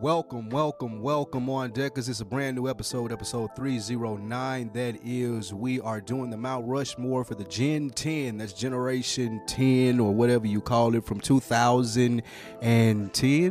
Welcome, welcome, welcome on deck because it's a brand new episode, episode 309. That is, we are doing the Mount Rushmore for the Gen 10. That's Generation 10 or whatever you call it from 2010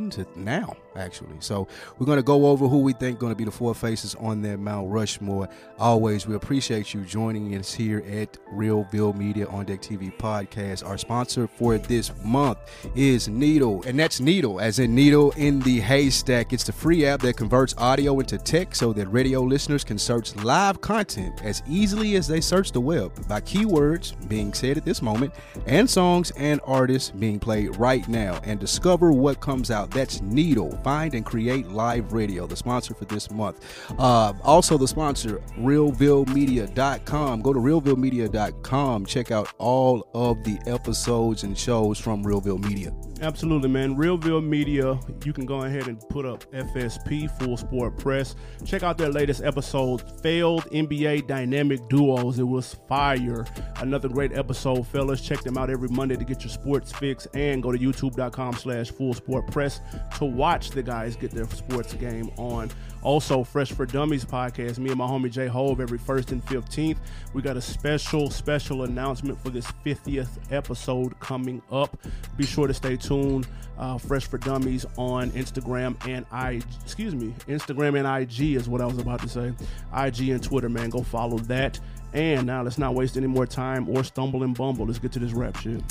to now, actually. So we're going to go over who we think going to be the four faces on that Mount Rushmore. Always, we appreciate you joining us here at Realville Media On Deck TV podcast. Our sponsor for this month is Needle, and that's Needle, as in Needle in the Haystack. It's the free app that converts audio into text so that radio listeners can search live content as easily as they search the web by keywords being said at this moment and songs and artists being played right now and discover what comes out. That's Needle. Find and create live radio, the sponsor for this month. Uh, also, the sponsor, RealvilleMedia.com. Go to RealvilleMedia.com. Check out all of the episodes and shows from Realville Media. Absolutely, man. Realville Media, you can go ahead and put up FSP, Full Sport Press. Check out their latest episode, Failed NBA Dynamic Duos. It was fire. Another great episode, fellas. Check them out every Monday to get your sports fix and go to youtube.com slash full sport press to watch the guys get their sports game on. Also, Fresh for Dummies podcast. Me and my homie Jay Hove every first and 15th. We got a special, special announcement for this 50th episode coming up. Be sure to stay tuned. Uh, Fresh for Dummies on Instagram and I, excuse me, Instagram and IG is what I was about to say. IG and Twitter, man. Go follow that. And now let's not waste any more time or stumble and bumble. Let's get to this rap shit.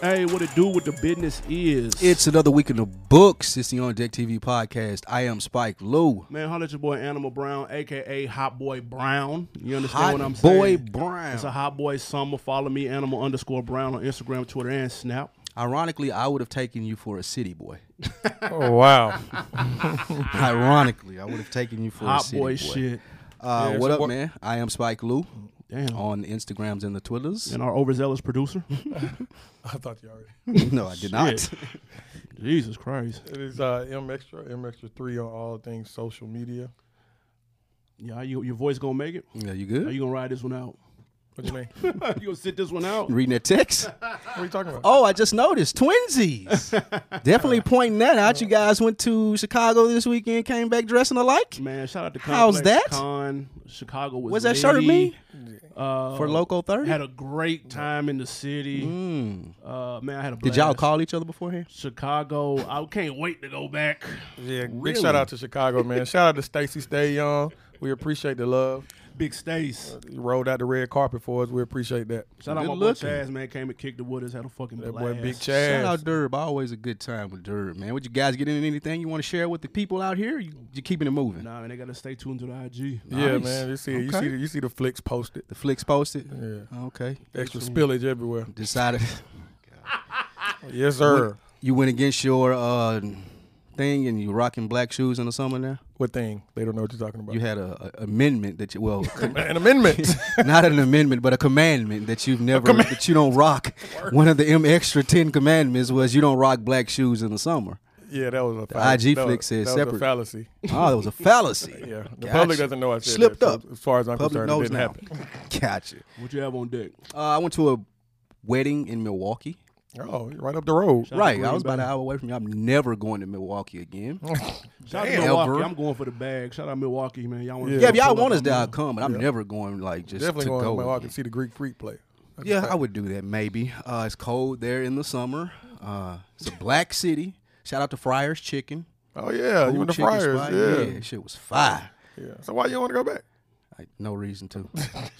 Hey, what it do with the business is? It's another week in the books. It's the On Deck TV podcast. I am Spike Lou. Man, holler at your boy Animal Brown, aka Hot Boy Brown. You understand Hot what I'm boy saying? Brown. It's a Hot Boy Summer. Follow me, Animal underscore Brown on Instagram, Twitter, and Snap. Ironically, I would have taken you for a city boy. Oh wow! Ironically, I would have taken you for a Ah. Hot city boy, boy. shit. Uh, Yeah, what so up, what- man? I am Spike Lou Damn. on the Instagrams and the Twitters. And our overzealous producer. I thought you already. no, I did not. Jesus Christ. It is uh, M Extra, M Extra Three on all things social media. Yeah, you, your voice gonna make it? Yeah, you Are good? you gonna ride this one out? What you mean? what you gonna sit this one out? Reading that text? are you talking about? Oh, I just noticed twinsies. Definitely pointing that out. You guys went to Chicago this weekend, came back dressing alike. Man, shout out to Complex How's that? Con. Chicago was What's that shirt lit. mean? Uh, For Loco 30? Had a great time in the city. Uh, man, I had a blast. Mm. Did y'all call each other beforehand? Chicago? I can't wait to go back. yeah, big really? shout out to Chicago, man. shout out to Stacy Stay Young. We appreciate the love. Big Stace. You rolled out the red carpet for us. We appreciate that. Shout out Good my looking. boy Chaz, man. Came and kicked the wooders, had a fucking That blast. boy Big Shout out Chaz. Durb. Always a good time with Durb, man. Would you guys get into anything you want to share with the people out here? You, you keeping it moving? Nah, man, they gotta stay tuned to the IG. Yeah, Nice. man. You see, you Okay. see, the, you see the flicks posted. The flicks posted. Yeah, Okay. extra spillage everywhere. Decided Yes, sir. What, you went against your uh, thing and you rocking black shoes in the summer now. thing? They don't know what you're talking about. You had a, a amendment that you well, An amendment. not an amendment, but a commandment that you've never that you don't rock. One of the M extra ten commandments was you don't rock black shoes in the summer. yeah, that was a the IG that flick was, said that separate. Was a fallacy. Oh, that was a fallacy. Yeah, the Gotcha. public doesn't know I said Slipped that, so up. as far as I'm Public concerned, it knows didn't now. happen. Gotcha. What you have on deck? Uh, I went to a wedding in Milwaukee. Oh, you're right up the road. Shout out to right, I Green was about Bay. an hour away from you. I'm never going to Milwaukee again. Shout out Damn. to Milwaukee. Ever. I'm going for the bag. Shout out Milwaukee, man. Y'all want Yeah. yeah, if y'all want us there, I'll come, but I'm never going like just Definitely to going go. to Milwaukee again. to see the Greek Freak play. That's Yeah, a I fact. would do that maybe. Uh, it's cold there in the summer. Uh, it's a black city. Shout out to Friars Chicken. Oh yeah, you Cool in the chicken Friars? spot. Yeah. shit was fire. yeah, So why you don't want to go back? Like, no reason to.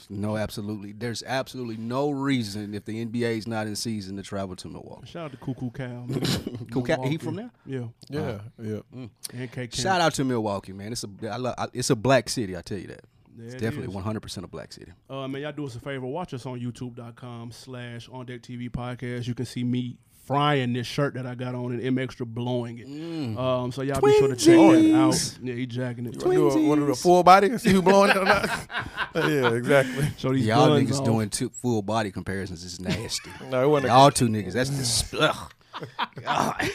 no, absolutely. There's absolutely no reason if the NBA's not in season to travel to Milwaukee. Shout out to Cuckoo Cow. Cool cat. He from there? Yeah. Yeah, Uh, yeah. Mm. And K Shout out to Milwaukee, man. It's a I love, I, it's a black city. I tell you that. Yeah, it's it definitely is. 100 percent a black city. Uh, man, y'all do us a favor. Watch us on youtube.com slash on deck TV podcast. You can see me frying this shirt that I got on and M Extra blowing it. Um, so y'all be sure to check that Mm. Twinsies. out. Yeah, he jacking it. You wanna do a- wanna do a full body and see who blowing it or not? Uh, yeah, exactly. So these Y'all guns uh, niggas on. doing two full body comparisons is nasty. No, it wasn't. a- Y'all two niggas, that's just ugh. God.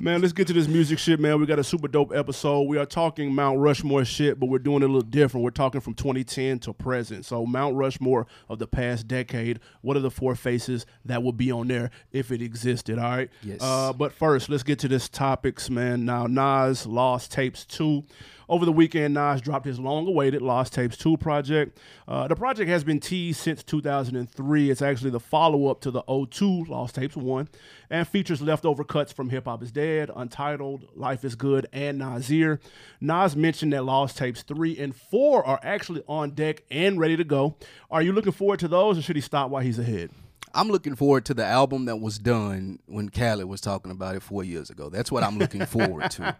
Man, let's get to this music shit, man. We got a super dope episode. We are talking Mount Rushmore shit, but we're doing it a little different. We're talking from 2010 to present. So Mount Rushmore of the past decade. What are the four faces that will be on there if it existed? All right. Yes. Uh, but first, let's get to this topics, man. Now Nas Lost Tapes Two. Over the weekend, Nas dropped his long-awaited Lost Tapes 2 project. Uh, the project has been teased since 2003. It's actually the follow-up to the 02 Lost Tapes 1 and features leftover cuts from Hip Hop is Dead, Untitled, Life is Good, and Nasir. Nas mentioned that Lost Tapes 3 and 4 are actually on deck and ready to go. Are you looking forward to those or should he stop while he's ahead? I'm looking forward to the album that was done when Khaled was talking about it four years ago. That's what I'm looking forward to.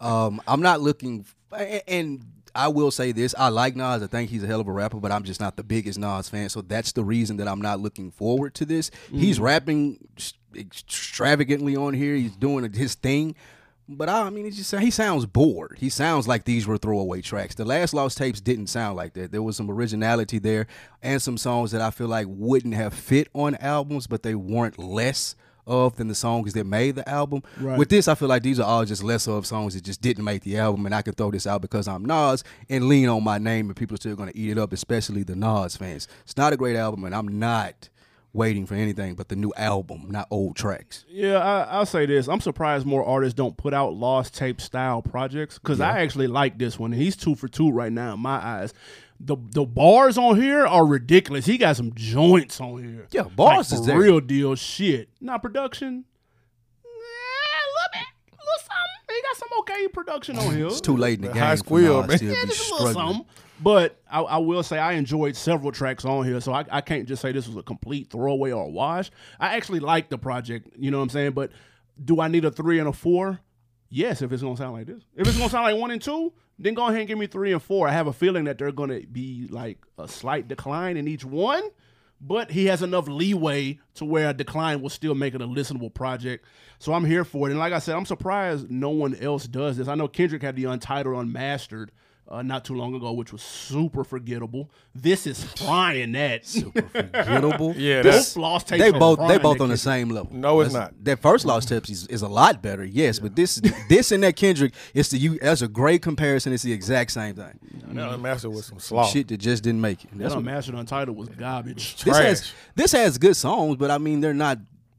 Um, I'm not looking, a- and I will say this: I like Nas. I think he's a hell of a rapper, but I'm just not the biggest Nas fan. So that's the reason that I'm not looking forward to this. He's Mm. rapping s- extravagantly on here. He's doing his thing. But I, I mean, it's just he sounds bored. He sounds like these were throwaway tracks. The last Lost Tapes didn't sound like that. There was some originality there and some songs that I feel like wouldn't have fit on albums, but they weren't less of than the songs that made the album. Right. With this, I feel like these are all just less of songs that just didn't make the album, and I can throw this out because I'm Nas and lean on my name, and people are still going to eat it up, especially the Nas fans. It's not a great album, and I'm not waiting for anything but the new album, not old tracks. Yeah, I, I'll say this. I'm surprised more artists don't put out lost tape style projects because I actually like this one. He's two for two right now in my eyes. The the bars on here are ridiculous. He got some joints on here. Yeah, bars is like, for there. real deal shit. Not production. Eh, a little bit, a little something. He got some okay production on here. It's too late in the, The game. high for squeal, Nas man. to Yeah, be just a little struggling. something. But I, I will say I enjoyed several tracks on here, so I, I can't just say this was a complete throwaway or a wash. I actually like the project, you know what I'm saying? But do I need a three and a four? Yes, if it's gonna sound like this. If it's gonna sound like one and two, then go ahead and give me three and four. I have a feeling that they're gonna be like a slight decline in each one, but he has enough leeway to where a decline will still make it a listenable project. So I'm here for it. And like I said, I'm surprised no one else does this. I know Kendrick had the Untitled Unmastered uh, not too long ago, which was super forgettable. This is flying that. Forgettable. Yeah, Both that's, lost tapes. They are both they frying both that on the kid. same level. No, it's That's- not. That first Lost Tapes is, is a lot better, yes, but this this and that Kendrick, it's the you that's a great comparison. It's the exact same thing. no, master with some sloth. Shit that just didn't make it. That's That what, Unmastered Untitled was garbage. this has trash. this has good songs, but I mean they're not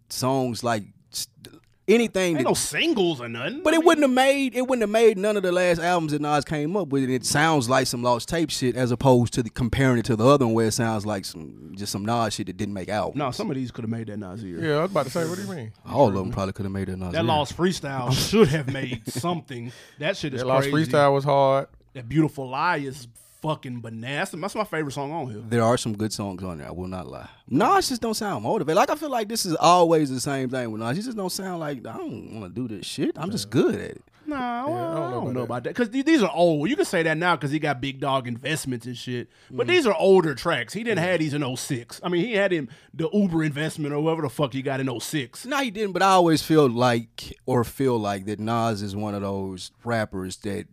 songs like st- anything Ain't that no singles or nothing. But it wouldn't have made it wouldn't have made none of the last albums that Nas came up with. And it sounds like some lost tape shit as opposed to the, comparing it to the other one where it sounds like some just some Nas shit that didn't make albums. No, some of these could have made that Nasir. Yeah, I was about to say, what do you mean? All of them probably could have made it. Nas That yeah. lost freestyle should have made something. That shit is That lost crazy. freestyle was hard. That beautiful lie is fucking bananas. That's my favorite song on here. There are some good songs on there. I will not lie. Nas just don't sound motivated. Like I feel like this is always the same thing with Nas. He just don't sound like I don't want to do this shit. I'm just good at it. Nah, I don't, know about that because these are old. You can say that now because he got big dog investments and shit. But Mm-hmm. these are older tracks. He didn't have these in 06. I mean, he had him the Uber investment or whatever the fuck he got in 06. No, he didn't. But I always feel like or feel like that Nas is one of those rappers that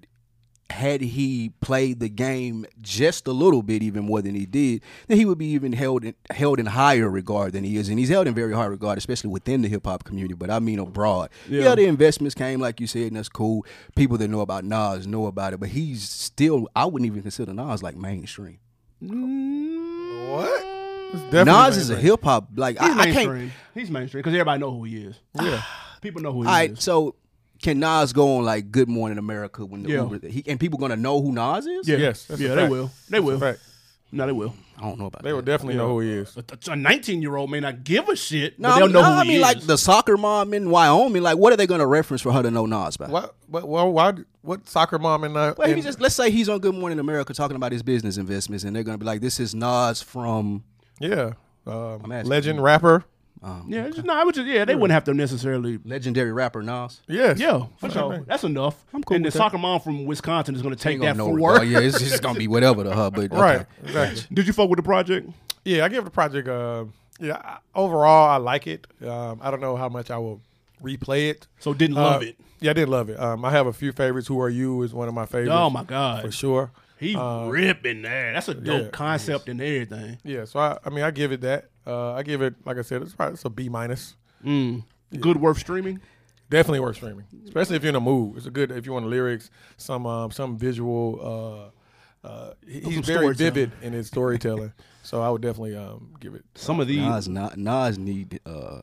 had he played the game just a little bit even more than he did, then he would be even held in, held in higher regard than he is, and he's held in very high regard, especially within the hip hop community. But I mean abroad. Yeah. the investments came, like you said, and that's cool. People that know about Nas know about it, but he's still I wouldn't even consider Nas like mainstream. What? It's definitely Nas is a mainstream. hip hop like He's I, I can't. mainstream. He's mainstream because everybody know who he is. Yeah, people know who he All right, is. so can Nas go on like Good Morning America when the Yeah. Uber he, and people gonna know who Nas is? Yes, that's yeah, a they fact. will. They That's a will. fact. No, they will. I don't know about They that. will definitely know who he is. A- A 19 year old may not give a shit. no, but I they'll mean, know no, who I he mean is. like the soccer mom in Wyoming. Like, what are they gonna reference for her to know Nas by? Why? Why? Why? why what soccer mom and uh, Well, he and- just let's say he's on Good Morning America talking about his business investments, and they're gonna be like, "This is Nas from." yeah, um, asking legend rapper. yeah, it's just- no, I would just yeah, they wouldn't have to necessarily. Legendary rapper Nas. Yes. Yeah, for sure. That's enough. I'm cool And the with that. soccer mom from Wisconsin is going to take Ain't gonna that know for regard- work. Yeah, it's just gonna be whatever to her. But okay. Right. Exactly. Did you fuck with the project? Yeah, I give the project. Uh, yeah, I- overall, I like it. Um, I don't know how much I will replay it. So didn't love Uh, it. Yeah, I did love it. Um, I have a few favorites. Who Are You is one of my favorites. Oh my god, For sure. he ripping that. That's a dope uh, yeah, concept and everything. Yeah, so I, I mean, I give it that. Uh, I give it, like I said, it's probably it's a B minus. Mm. Good worth streaming. Definitely worth streaming, especially if you're in a mood. It's a good if you want lyrics, some um, some visual. Uh, uh, he- he's Some very storytelling. vivid in his storytelling, so I would definitely um, give it. Some of these. Nas, not, Nas need uh,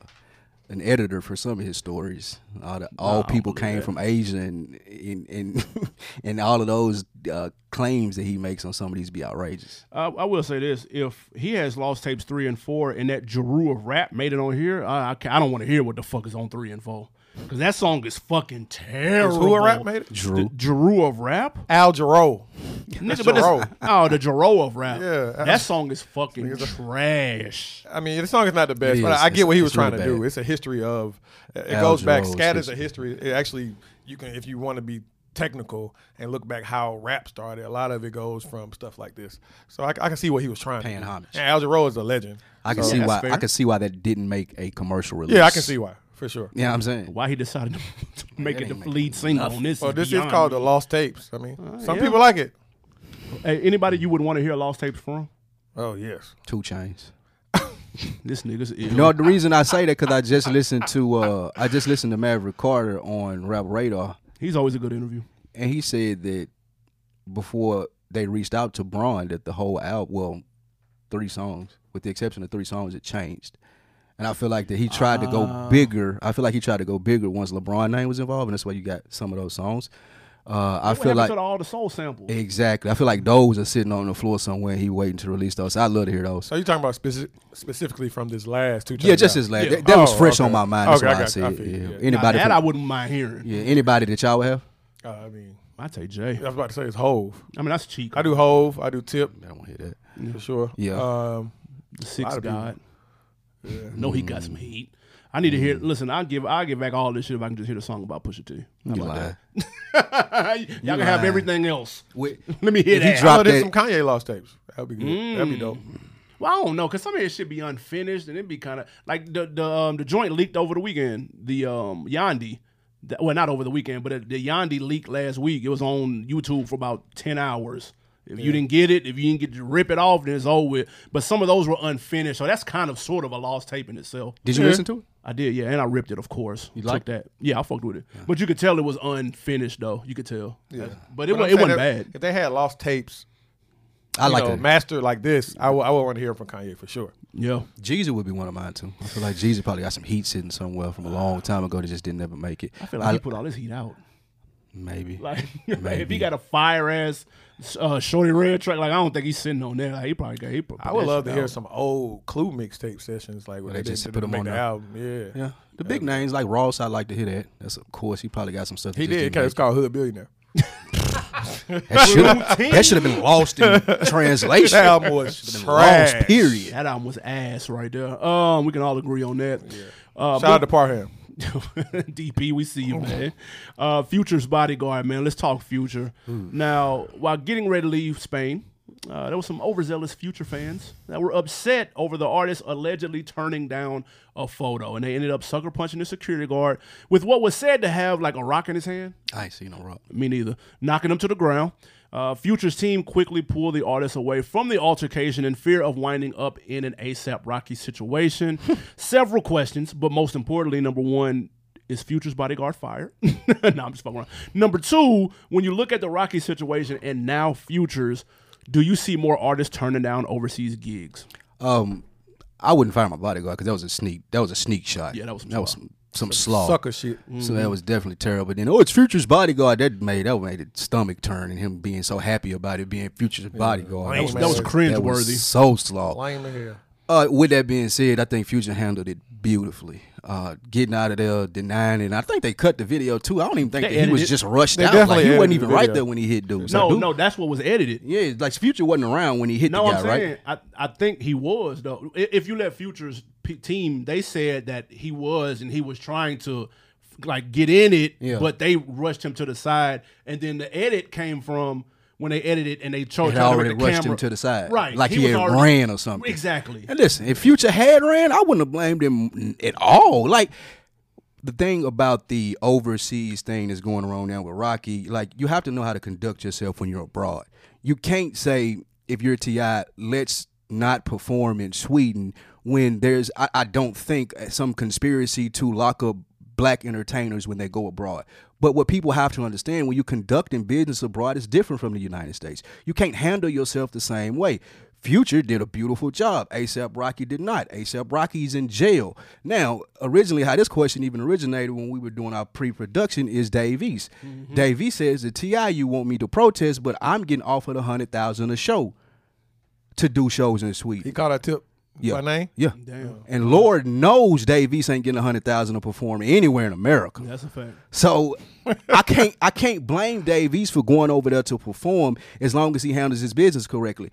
an editor for some of his stories. All, the, all people came from Asia, and and and, and all of those uh, claims that he makes on some of these be outrageous. I, I will say this: if he has lost tapes three and four, and that Jeru of rap made it on here, I I, ca- I don't want to hear what the fuck is on three and four because that song is fucking terrible. Who a rap made it? Drew, Jeru of rap, Al Jarreau. Nigga, That's but Jero. that's- oh, the Jeru of rap. Yeah, I- that song is fucking trash. I mean, the song is not the best, It but is. I, I get what he was It's- it's trying really to do. bad. It's a history of. It Al goes back. Jarreau's Scat is a history. It actually, you can if you want to be technical and look back how rap started. A lot of it goes from stuff like this. So I, I can see what he was trying. Paying to do. homage. And Al Jarreau is a legend. I can So see that's why. I fair. can see why that didn't make a commercial release. Yeah, I can see why for sure. Yeah, I'm saying. Why he decided to make it the ain't making lead single on this? Well, Oh, this is beyond called me. the Lost Tapes. I mean, some yeah. people like it. Hey, anybody you would want to hear lost tapes from? Oh yes. Two chains. This nigga's ill. No, the reason I say that because I just listened to uh, I just listened to Maverick Carter on Rap Radar, He's always a good interview. and he said that before they reached out to Braun, that the whole album, well, three songs, with the exception of three songs, it changed. And I feel like that he tried to go bigger. I feel like he tried to go bigger once LeBron name was involved, and that's why you got some of those songs. Uh, I What feel happened like to the- all the soul samples? exactly. I feel like those are sitting on the floor somewhere. and He waiting to release those. So I love to hear those. So you're talking about speci- specifically from this last two? Yeah, just Chainz as last. Yeah. That, that was Oh, fresh okay. on my mind. That's Okay, I why I, got you. I said. feel you. yeah. Yeah. Now, Anybody, that from- I wouldn't mind hearing. yeah, anybody that y'all would have. album. Uh, I mean, I take Jay. I was about to say it's Hove. I mean, that's cheap. I do Hove. I do Tip I don't want to hear that. for sure. Yeah. Um, The six lot of people. God. No, he got some heat. I need to Mm. hear. Listen, I'll give. I'll give back all this shit if I can just hear the song about Pusha T. How You about lying. that? Y'all can have lying. everything else. Wait, Let me hear If he that. drop- oh, there's that- some Kanye lost tapes. That'd be good. That'd be dope. Mm. well, I don't know, cause some of his shit be unfinished, and it'd be kind of like the the um, the joint leaked over the weekend. The um Yandi, that, well, not over the weekend, but uh, the Yandi leaked last week. It was on YouTube for about ten hours. If you didn't get it, if you didn't get to rip it off, then it's over with. But some of those were unfinished, so that's kind of sort of a lost tape in itself. did you Yeah. listen to it? I did, yeah, and I ripped it, of course. You liked that? Yeah, I fucked with it, but you could tell it was unfinished, though. You could tell. Yeah, but it But was it I'm saying wasn't if- bad. If they had lost tapes, I you like know, that. master like this, I would, I would want to hear from Kanye for sure. Yeah, Jeezy would be one of mine too. I feel like Jeezy probably got some heat sitting somewhere from a long time ago that just didn't ever make it. I feel like he put all his heat out. maybe. Like if he Maybe. got a fire ass uh, shorty red track, like I don't think he's sitting on that. Like, he probably got. He probably I would love to hear some old Clue mixtape sessions, like where they they, just just put put them make on the there. album. Yeah, yeah, the big names like Ross, I like to hear that. That's of course he probably got some stuff. That he just did. didn't It's called Hood Billionaire. make it. That should that should have been lost in translation. That album was Lost. trash. Period. That album was ass right there. Um, we can all agree on that. Uh, Shout out to Parham. DP, we see you, man. Uh, Future's bodyguard, man. Let's talk Future. Hmm. Now, while getting ready to leave Spain, uh, there was some overzealous Future fans that were upset over the artist allegedly turning down a photo, and they ended up sucker punching the security guard with what was said to have like a rock in his hand. I ain't seen no rock. Me neither. Knocking them to the ground. Uh, Future's team quickly pulled the artist away from the altercation in fear of winding up in an ASAP Rocky situation. Several questions, but most importantly, number one, is Future's bodyguard fired? no, I'm just fucking around. Number two, when you look at the Rocky situation and now Future's, do you see more artists turning down overseas gigs? Um, I wouldn't fire my bodyguard because that was a sneak. That was a sneak shot. Yeah, that was some Mm-hmm. that was some, some slaw. Sucker shit. So that was definitely terrible. Then oh, it's Future's bodyguard. That made that made it stomach turn, and him being so happy about it being Future's bodyguard. Lame That was That cringe that was worthy. so slow. Lame to hell. Uh, with that being said, I think Future handled it beautifully. Uh, getting out of there, denying it. And I think they cut the video too. I don't even think They that he was edited- just rushed they out. Like definitely he wasn't edited even the right video. there when he hit dude. No, Like, dude- no, that's what was edited. Yeah, like Future wasn't around when he hit No, the guy, I'm right? saying I, I think he was though. I- If you let Future's p- team, they said that he was and he was trying to like get in it, Yeah. but they rushed him to the side, and then the edit came from when they edited and they chose had already rushed him to the side. Right, Like he, was had already- ran or something. Exactly. And listen, if Future had ran, I wouldn't have blamed him at all. Like the thing about the overseas thing that's going around now with Rocky, like you have to know how to conduct yourself when you're abroad. You can't say if you're Ti, let's not perform in Sweden when there's I, I don't think uh, some conspiracy to lock up black entertainers when they go abroad. But what people have to understand when you conducting business abroad is different from the United States. You can't handle yourself the same way. Future did a beautiful job. ASAP Rocky did not. ASAP Rocky's in jail. Now, originally, how this question even originated when we were doing our pre production is Dave East. Dave East says, The TI, you want me to protest, but I'm getting offered a 100000 a show to do shows in He Sweden. caught a tip Yeah. by name. Yeah. Damn. And Lord knows Dave East ain't getting a 100000 to perform anywhere in America. That's a fact. So I can't I can't blame Dave East for going over there to perform as long as he handles his business correctly.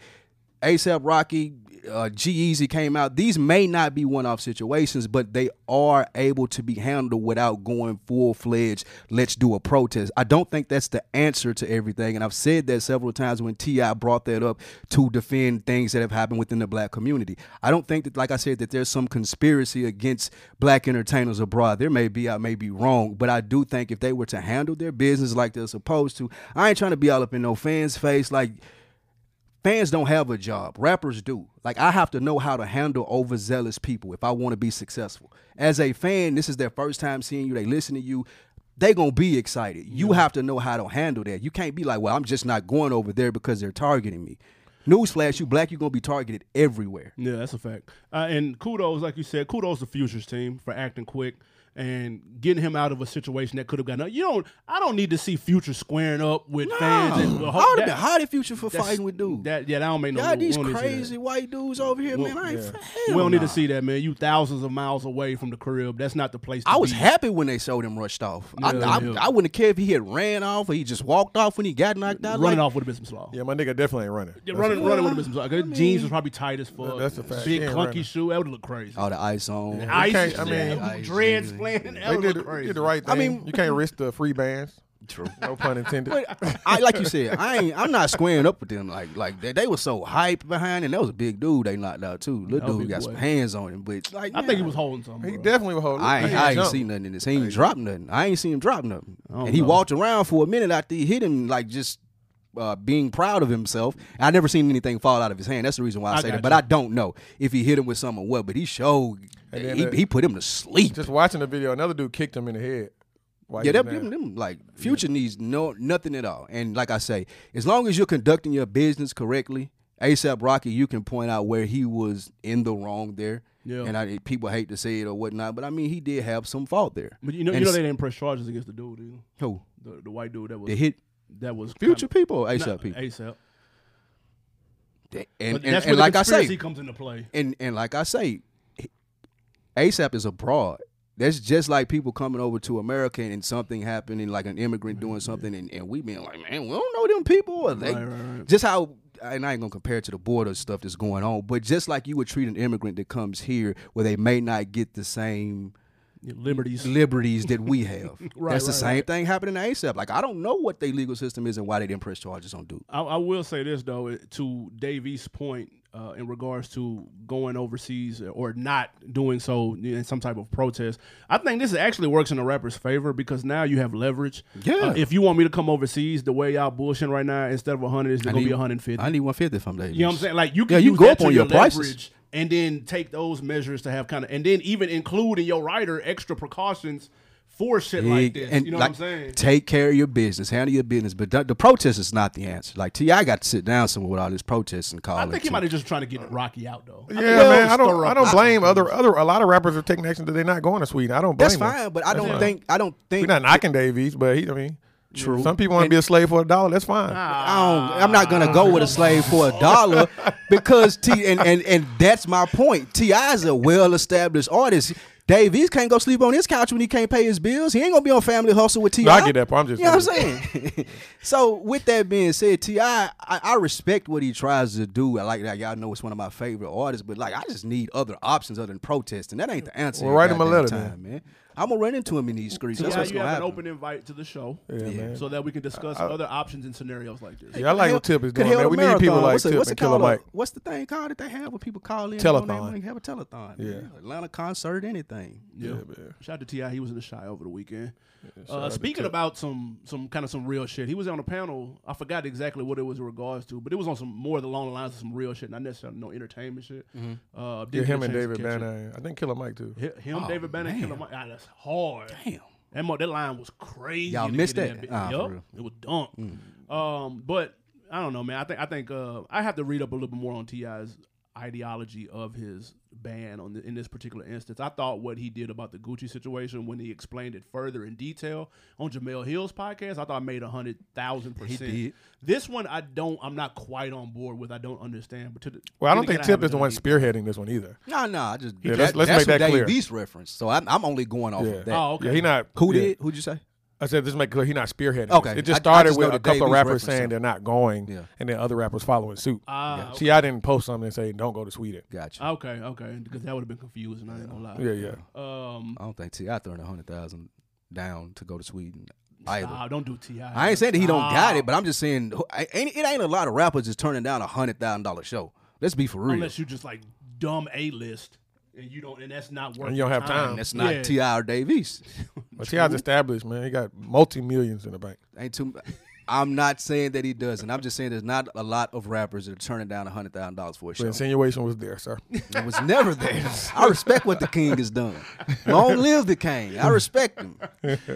ASAP Rocky, uh, G Easy came out. These may not be one off situations, but they are able to be handled without going full fledged, let's do a protest. I don't think that's the answer to everything. And I've said that several times when T.I. brought that up to defend things that have happened within the black community. I don't think that, like I said, that there's some conspiracy against black entertainers abroad. There may be, I may be wrong, but I do think if they were to handle their business like they're supposed to, I ain't trying to be all up in no fans' face. Like, fans don't have a job rappers do like i have to know how to handle overzealous people if i want to be successful as a fan this is their first time seeing you they listen to you they gonna be excited you have to know how to handle that you can't be like well i'm just not going over there because they're targeting me newsflash you black you're gonna be targeted everywhere Yeah, that's a fact. Uh, and kudos, like you said, kudos to Futures team for acting quick and getting him out of a situation that could have gotten. You don't. I don't need to see Future squaring up with fans. And, well, i would have that- been hot in future for that's- fighting with dudes That yeah, that don't make no. God, these we don't need to see that. crazy white dudes over here, man. I ain't yeah. hell We don't need nah. to see that, man. You thousands of miles away from the crib. That's not the place. To I was be. happy when they showed him rushed off. I, Yeah, I, yeah. I wouldn't care if he had ran off or he just walked off when he got knocked out. running like, off with a business law. Yeah, my nigga definitely ain't running. Yeah, That's running, it. running with a business law. His jeans was probably tight as fuck. That's a fact. Big Yeah, clunky running. shoe. That would look crazy. All the ice on. Ice, can't- I mean- yeah, Oh, Ice, dreads yeah. playing. That They would did, look they crazy. did the right thing. I mean- you can't risk the free bands. True. No pun intended. I like you said. I ain't. I'm not squaring up with them. Like like they, they were so hyped behind, and that was a big dude they knocked out too. That was Little big dude got boy. some hands on him, but like I think he was holding something. he bro. definitely would hold. I ain't, he I ain't jumped. seen nothing in this. He ain't dropped nothing. I ain't seen him drop nothing. don't And he know. walked around for a minute after he hit him, like just uh, being proud of himself. I never seen anything fall out of his hand. That's the reason why I, I say got that. But you. I don't know if he hit him with something or what. But he showed. And then He, uh, that- he put him to sleep. Just watching the video, another dude kicked him in the head. while he Yeah, was that, them, down. them, like future needs no nothing at all. And like I say, as long as you're conducting your business correctly, ASAP Rocky, you can point out where he was in the wrong there. Yeah. And I, people hate to say it or whatnot, but I mean, he did have some fault there. But you know, you And know s- they didn't press charges against the dude either. Who The, the white dude that was the hit that was future kinda- people or ASAP Nah, people? ASAP. And, But and, and, that's where the like I conspiracy say, comes into play. and and like I say, ASAP is abroad. That's just like people coming over to America and something happening, like an immigrant doing something, and, and we being like, man, we don't know them people. Or they, Mm-hmm. Right, right, right. Just how, and I ain't gonna compare it to the border stuff that's going on, but just like you would treat an immigrant that comes here where they may not get the same Yeah, Liberties. liberties that we have. Right, that's the right, same thing happening to ASAP. Like, I don't know what their legal system is and why they didn't press charges on Duke. I, I will say this though, it- to Dave East's point uh, in regards to going overseas or not doing so in some type of protest, I think this actually works in the rapper's favor because now you have leverage. Yeah. Uh, if you want me to come overseas, the way y'all bullshitting right now, instead of 100, it's gonna be 150. I need 150 from Davis. You know what I'm saying? Like you can Yeah, you use can go that up to on your prices. leverage and then take those measures to have kind of and then even include in your rider extra precautions for shit like Big- this. you know what I'm saying? Take care of your business, handle your business, but the, the protest is not the answer. Like Ti got to sit down somewhere with all this protest and I calling. think he might have just trying to get Rocky out though. Yeah, think that man. would I don't. stir up I don't a- blame other other. A lot of rappers are taking action that they're not going to Sweden. I don't blame. That's them. fine, but I don't fine. think I don't We're think not knocking Davies, but he. I mean, True. Some people want to be a slave for a dollar. That's fine. I don't, I'm not gonna go with a slave for a dollar because T and, and and that's my point. Ti is a well-established artist. Dave East can't go sleep on his couch when he can't pay his bills. He ain't gonna be on Family Hustle with Ti. No, I get that part. I'm just- you know what I'm saying. so with that being said, Ti, I, I respect what he tries to do. I like that. Y'all know it's one of my favorite artists, but like I just need other options other than protesting. That ain't the answer. Well, every write him a goddamn letter, time, man. I'm gonna run into him in these streets. That's yeah, what's you gonna have an happen. open invite to the show Yeah, man. so that we can discuss other options and scenarios like this. Yeah, I like Hell- what Tip is could doing, hell man. a We need marathon. people like what's it- Tip what's and it called? Killer Mike. A- What's the thing called that they have when people call in? and go on there Telethon. and Have a telethon. Yeah. Line a concert, anything. Yeah. man. Shout out to Ti. He was in the shy over the weekend. shout uh, out to speaking Tip. about some some kind of some real shit, he was on a panel. I forgot exactly what it was in regards to, but it was on some more along the lines of some real shit, not necessarily no entertainment shit. Uh, Yeah, didn't get a him chance and to David catch it. Banner. I think Killer Mike too. Hi- Him, David Banner, Oh, man. Killer Mike. Ah, that's hard. Damn. That, mo- that line was crazy. Y'all to get missed in that? bit. Nah, for Yup. real. Hmm. it was dumb. Um, but I don't know, man. I think I think uh, I have to read up a little bit more on Ti's ideology of his ban on the, in this particular instance. I thought what he did about the Gucci situation when he explained it further in detail on Jamel Hill's podcast, I thought made a hundred thousand did. percent. This one, I don't. I'm not quite on board with. I don't understand. But to the, Well, I then don't think again, Tip haven't is the done one deep- spearheading this one either. No, no. I just Yeah, that- let's- let's that's make that who clear. Dave East reference. So I'm, I'm only going off Yeah. of that. Oh, okay. Yeah, he not. Who yeah. did? Who'd you say? I said this make clear. He not spearheading. Okay. this. It I- I just started just know with a that couple Dave of East rappers referenced saying it. they're not going, Yeah. and then other rappers following suit. Ah, See, I didn't post something and say don't go to Sweden. Gotcha. Okay, okay, because that would have been confusing. I ain't gonna lie. Yeah, yeah. Um, I don't think T. I throwing a hundred thousand down to go to Sweden either. nah, don't do Ti. I ain't saying that he don't got Stop. it, but I'm just saying who- I- ain't, it ain't a lot of rappers just turning down a hundred thousand dollar show. Let's be for real. unless you just like dumb A list and you don't, and that's not worth. you don't your have time. that's not Yeah. T.I. or Dave East. But T.I.'s established, man. He got multi millions in the bank. ain't too. I'm not saying that he doesn't. I'm just saying there's not a lot of rappers that are turning down a hundred thousand dollars for a The show. insinuation was there, sir. It was never there. I respect what the king has done. Long live the king. I respect him.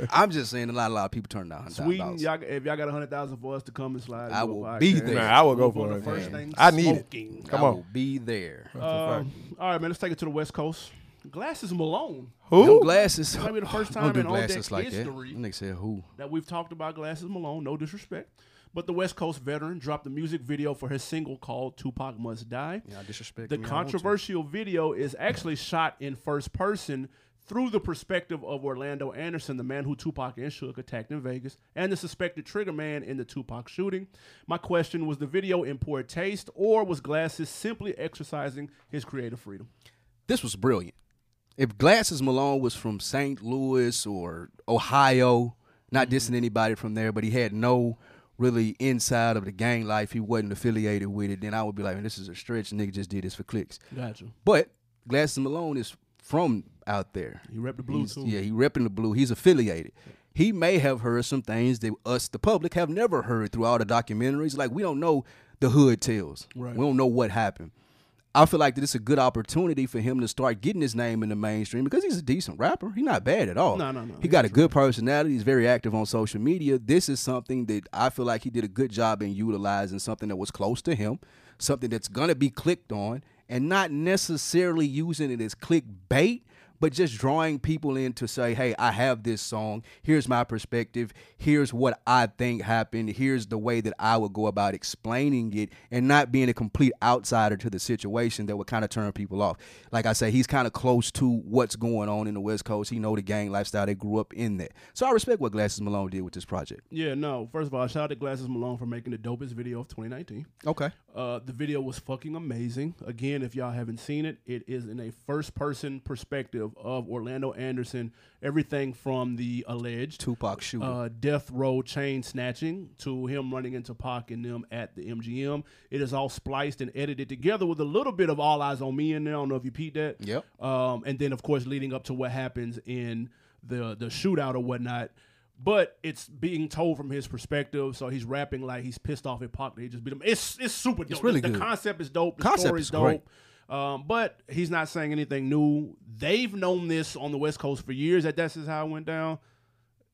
I'm just saying a lot, a lot of people turn down hundred Sweden, thousand dollars. y'all, if y'all got a hundred thousand for us to come and slide, I into a will podcast, be there. Nah, I would go we'll for the it. first man. thing, I need it. smoking. Come I on. will be there. Um, all right, man. Let's take it to the West Coast. Glasses Malone. No Who? glasses. Might be the first I don't time do in all glasses deck like that. history Nigga said who? that we've talked about Glasses Malone, no disrespect. But the West Coast veteran dropped a music video for his single called Tupac Must Die. Yeah, disrespect. The controversial video is actually shot in first person through the perspective of Orlando Anderson, the man who Tupac and Shook attacked in Vegas, and the suspected trigger man in the Tupac shooting. My question was the video in poor taste, or was Glasses simply exercising his creative freedom? This was brilliant. If Glasses Malone was from St. Louis or Ohio, not dissing anybody from there, but he had no really inside of the gang life, he wasn't affiliated with it, then I would be like, man, this is a stretch. Nigga just did this for clicks. Gotcha. But Glasses Malone is from out there. He repped the blue He's- too. Yeah, he repping the blue. He's affiliated. He may have heard some things that us, the public, have never heard through all the documentaries. Like we don't know the hood tales. Right. We don't know what happened. I feel like that it's a good opportunity for him to start getting his name in the mainstream because he's a decent rapper. He's not bad at all. No, no, no. He got a good personality. He's very active on social media. This is something that I feel like he did a good job in utilizing something that was close to him, something that's gonna be clicked on, and not necessarily using it as clickbait, but just drawing people in to say, "Hey, I have this song. Here's my perspective. Here's what I think happened. Here's the way that I would go about explaining it, and not being a complete outsider to the situation that would kind of turn people off." Like I say, he's kind of close to what's going on in the West Coast. He know the gang lifestyle. They grew up in that. So I respect what Glasses Malone did with this project. Yeah, no. First of all, shout out to Glasses Malone for making the dopest video of 2019. Okay. Uh, the video was fucking amazing. Again, if y'all haven't seen it, it is in a first person perspective of Orlando Anderson, everything from the alleged Tupac shooting. uh, death row chain snatching to him running into Pac and them at the MGM. It is all spliced and edited together with a little bit of All Eyes on Me in there. I don't know if you peeped that. Yep. Um, and then of course leading up to what happens in the the shootout or whatnot. But it's being told from his perspective, so he's rapping like he's pissed off at Pac. They just beat him. It's it's super dope. really the good. concept is dope. The Concept story's is dope. great. Um, but he's not saying anything new. They've known this on the West Coast for years. That that's just how it went down.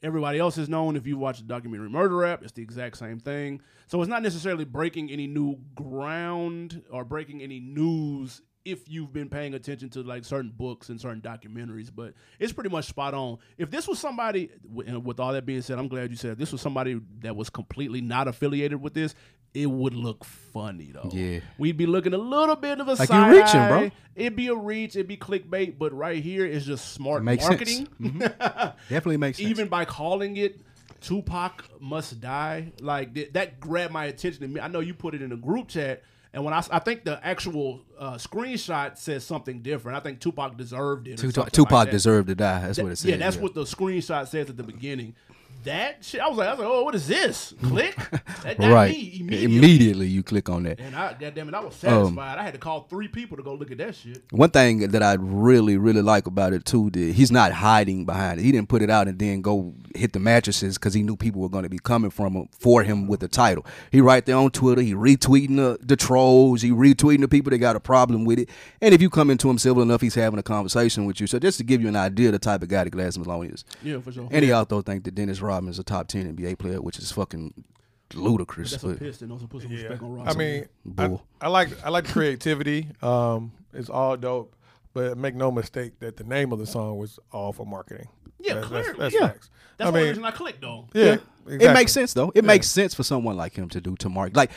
Everybody else has known. If you watch the documentary Murder Rap, it's the exact same thing. So it's not necessarily breaking any new ground or breaking any news if you've been paying attention to like certain books and certain documentaries, but it's pretty much spot on. If this was somebody, w- and with all that being said, I'm glad you said if this was somebody that was completely not affiliated with this. It would look funny though. Yeah. we'd be looking a little bit of a Like like you're side reaching, bro. eye. It'd be a reach. It'd be clickbait. But right here, it's just smart Makes sense. Mm-hmm. marketing Definitely makes sense. even by calling it Tupac must die, like th- that grabbed my attention. To me, I know you put it in a group chat, And when I, s- I think the actual uh, screenshot says something different. I think Tupac deserved it. or Tupac, something Tupac like that. deserved to die. That's what it said. Yeah, that's what the screenshot says at the beginning. That shit, I was like, I was like, oh, what is this? Click. That got right. me Immediately. immediately. you click on that. And I, goddamn it, I was Um, satisfied. I had to call three people to go look at that shit. One thing that I really, really like about it too, that he's not hiding behind it. He didn't put it out and then go hit the mattresses because he knew people were going to be coming from him for him with the title. He right there on Twitter. He retweeting the, the trolls. He retweeting the people that got a problem with it. And if you come into him civil enough, he's having a conversation with you. So just to give you an idea, of the type of guy that Glass Malone is. Yeah, for sure. And he also think that Dennis Rodman is a top ten NBA player, which is fucking ludicrous. That's a but- piston. Also put some respect on Ross. I mean, I, Bull. I like I like the creativity. Um, it's all dope, but make no mistake that the name of the song was all for marketing. Yeah, that's, that's, clearly. that's Yeah. facts. that's I the only mean, reason I clicked though. yeah, It makes exactly. sense though. It makes sense for someone like him to do to Mark. Like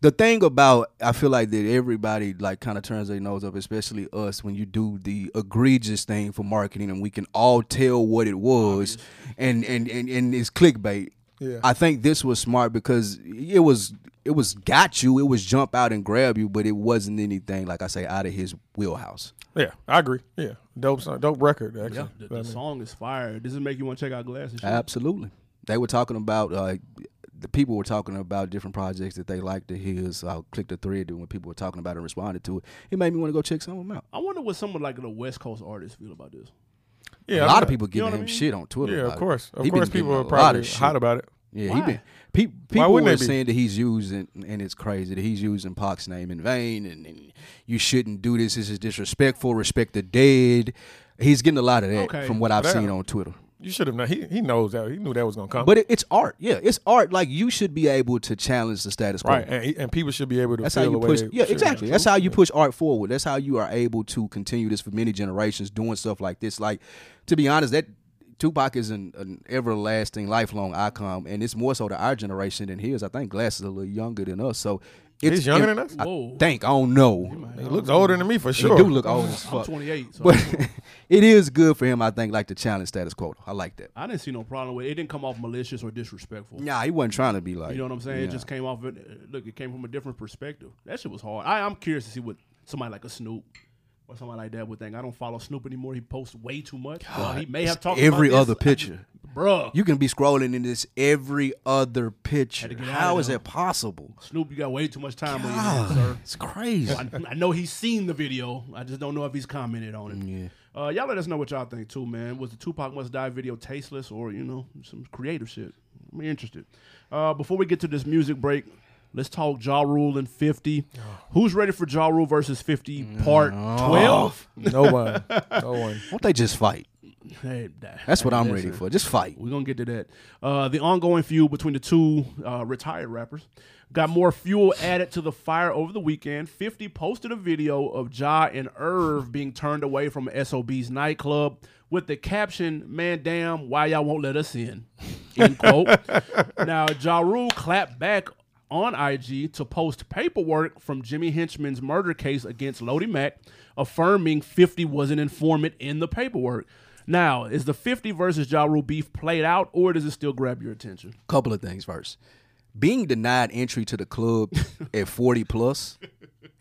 the thing about I feel like that everybody like kind of turns their nose up, especially us when you do the egregious thing for marketing and we can all tell what it was and, and and and it's clickbait. Yeah. I think this was smart because it was it was got you, it was jump out and grab you, but it wasn't anything like I say out of his wheelhouse. Yeah, I agree. Yeah, dope song, dope record. Actually, Yeah, the, the song is fire. Does it make you want to check out Glass and shit? Absolutely. They were talking about uh, the people were talking about different projects that they liked to hear. So I clicked the thread and when people were talking about it and responded to it. It made me want to go check some of them out. I wonder what someone like the West Coast artists feel about this. yeah, a I lot of mean, people know giving what I him mean? shit on Twitter. Yeah, about of it. course, of He been course, people getting are a lot probably of shit. hot about it. Yeah, he been. Why? Pe- people wouldn't were they be? saying that he's using, and it's crazy that he's using Pac's name in vain, and, and you shouldn't do this. This is disrespectful. Respect the dead. He's getting a lot of that Okay. from what I've Damn. seen on Twitter. You should have known. He he knows that. He knew that was gonna come. But it, it's art. Yeah, it's art. Like you should be able to challenge the status quo. right, and, he- and people should be able to That's how feel you the way push. they Yeah, should. exactly. That's how you push art forward. That's how you are able to continue this for many generations, doing stuff like this. Like, to be honest, that Tupac is an, an everlasting, lifelong icon, and it's more so to our generation than his. I think Glass is a little younger than us, so it's He's younger than us? I Whoa. think I don't know. He looks older than me for He sure. do look old as I'm fuck, 28, so but it is good for him. I think like to challenge status quo. I like that. I didn't see no problem with it. It didn't come off malicious or disrespectful. Nah, he wasn't trying to be like. You know what I'm saying? It yeah. just came off. It, uh, look, it came from a different perspective. That shit was hard. I, I'm curious to see what somebody like a Snoop or somebody like that would think. I don't follow Snoop anymore. He posts way too much. Well, he may have talked every about other this. I just- picture. bruh. You can be scrolling in this every other Had picture. to get out How of is there. that possible? Snoop, you got way too much time on your hands, sir. Ah, It's crazy. I, I know he's seen the video. I just don't know if he's commented on it. Uh, y'all let us know what y'all think too, man. Was the Tupac Must Die video tasteless or you know some creative shit? I'm interested. Uh, before we get to this music break, let's talk Ja Rule and Fifty. Oh. Who's ready for Ja Rule versus Fifty Part Twelve? no one, no one. Won't they just fight? Hey, that- That's what I'm that's ready it. for. Just fight. We're gonna get to that. Uh, the ongoing feud between the two uh, retired rappers got more fuel added to the fire over the weekend. Fifty posted a video of Ja and Irv being turned away from SOB's nightclub with the caption, "Man, damn, why y'all won't let us in?" End quote. now Ja Rule clapped back on IG to post paperwork from Jimmy Hinchman's murder case against Lodi Mack, affirming 50 was an informant in the paperwork. Now, is the 50 versus Ja Rule beef played out, or does it still grab your attention? Couple of things first. Being denied entry to the club at 40 plus.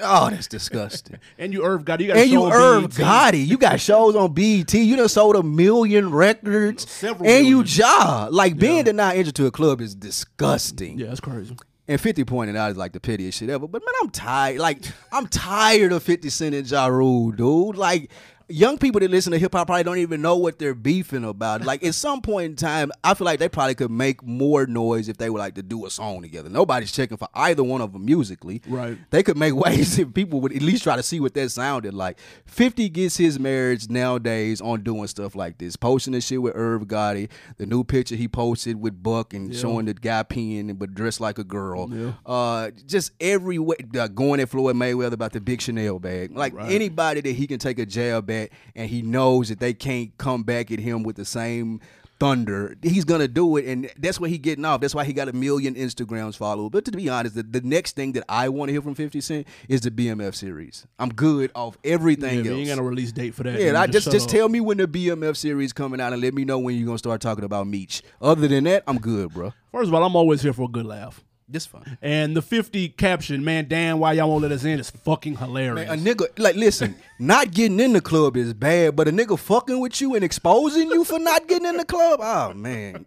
Oh, that's disgusting. And you Irv got you got And you Irv Irv Gotti, you got shows on BET. You done sold a million records, Several and you million. job. Like being denied entry to a club is disgusting. Yeah, that's crazy. And 50 pointed out is like the pettiest shit ever. But man, I'm tired. Like, I'm tired of 50 Cent and Ja Rule, dude. Like, young people that listen to hip hop probably don't even know what they're beefing about. Like, at some point in time, I feel like they probably could make more noise if they would like to do a song together. Nobody's checking for either one of them musically. Right. They could make waves if people would at least try to see what that sounded like. 50 gets his marriage nowadays on doing stuff like this, posting this shit with Irv Gotti, the new picture he posted with Buck and showing the guy peeing but dressed like a girl. Uh, just every way, uh, going at Floyd Mayweather about the big Chanel bag. Like anybody that he can take a jab at and he knows that they can't come back at him with the same thunder. He's gonna do it, and that's where he getting off. That's why he got a million Instagrams followers. But to be honest, the, the next thing that I want to hear from Fifty Cent is the BMF series. I'm good off everything Yeah, but you ain't else. got a release date for that. yeah, man. I just shut just up. tell me when the BMF series coming out, and let me know when you're gonna start talking about Meech. Other than that, I'm good, bro. First of all, I'm always here for a good laugh. This fun. And the 50 caption, man, damn, why y'all won't let us in is fucking hilarious. A nigga, like, listen, not getting in the club is bad, but a nigga fucking with you and exposing you for not getting in the club, oh man,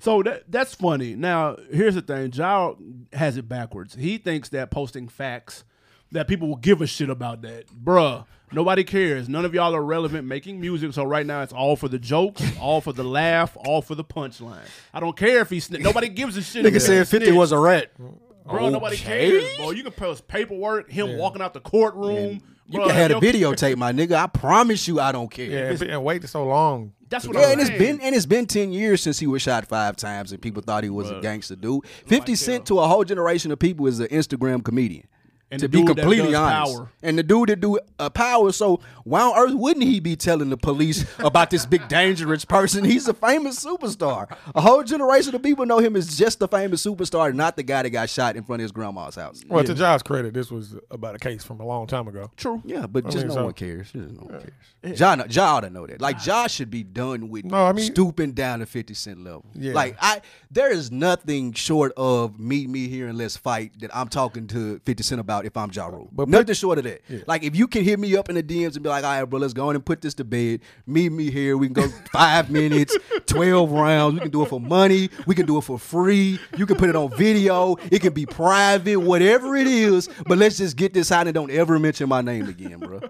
So that that's funny. Now, here's the thing. Jao has it backwards. He thinks that posting facts that people will give a shit about that. Bruh, nobody cares. None of y'all are relevant making music, so right now it's all for the jokes, all for the laugh, all for the punchline. I don't care if he sni- nobody gives a shit. if Nigga he said 50 snitched. was a rat. Bro, nobody Okay. cares, bro. You can post paperwork, him walking out the courtroom. you Bruh, can have a yo- videotape, my nigga. I promise you, I don't care. Yeah, and, and waited so long. That's what Yeah, I'm and it's saying. been and it's been ten years since he was shot five times, and people thought he was a gangster dude. Fifty Cent to a whole generation of people is an Instagram comedian. And to be the dude that completely does honest, Power. and the dude that do uh, power, so why on earth wouldn't he be telling the police about this big dangerous person? He's a famous superstar. A whole generation of people know him as just the famous superstar, not the guy that got shot in front of his grandma's house. Well, to Josh's credit, this was about a case from a long time ago. True. Yeah, but just mean, no so- one cares. Just no one cares. John, John ought to know that. Like, John should be done with No, I mean- stooping down to Fifty Cent level. Yeah. Like, I there is nothing short of meet me here and let's fight that I'm talking to Fifty Cent about if I'm Ja Rule. But nothing short of that. Like, if you can hit me up in the DMs and be like, "All right, bro, let's go on and put this to bed. Meet me here. We can go five minutes, twelve rounds. We can do it for money. We can do it for free. You can put it on video. It can be private, whatever it is. But let's just get this out and don't ever mention my name again, bro.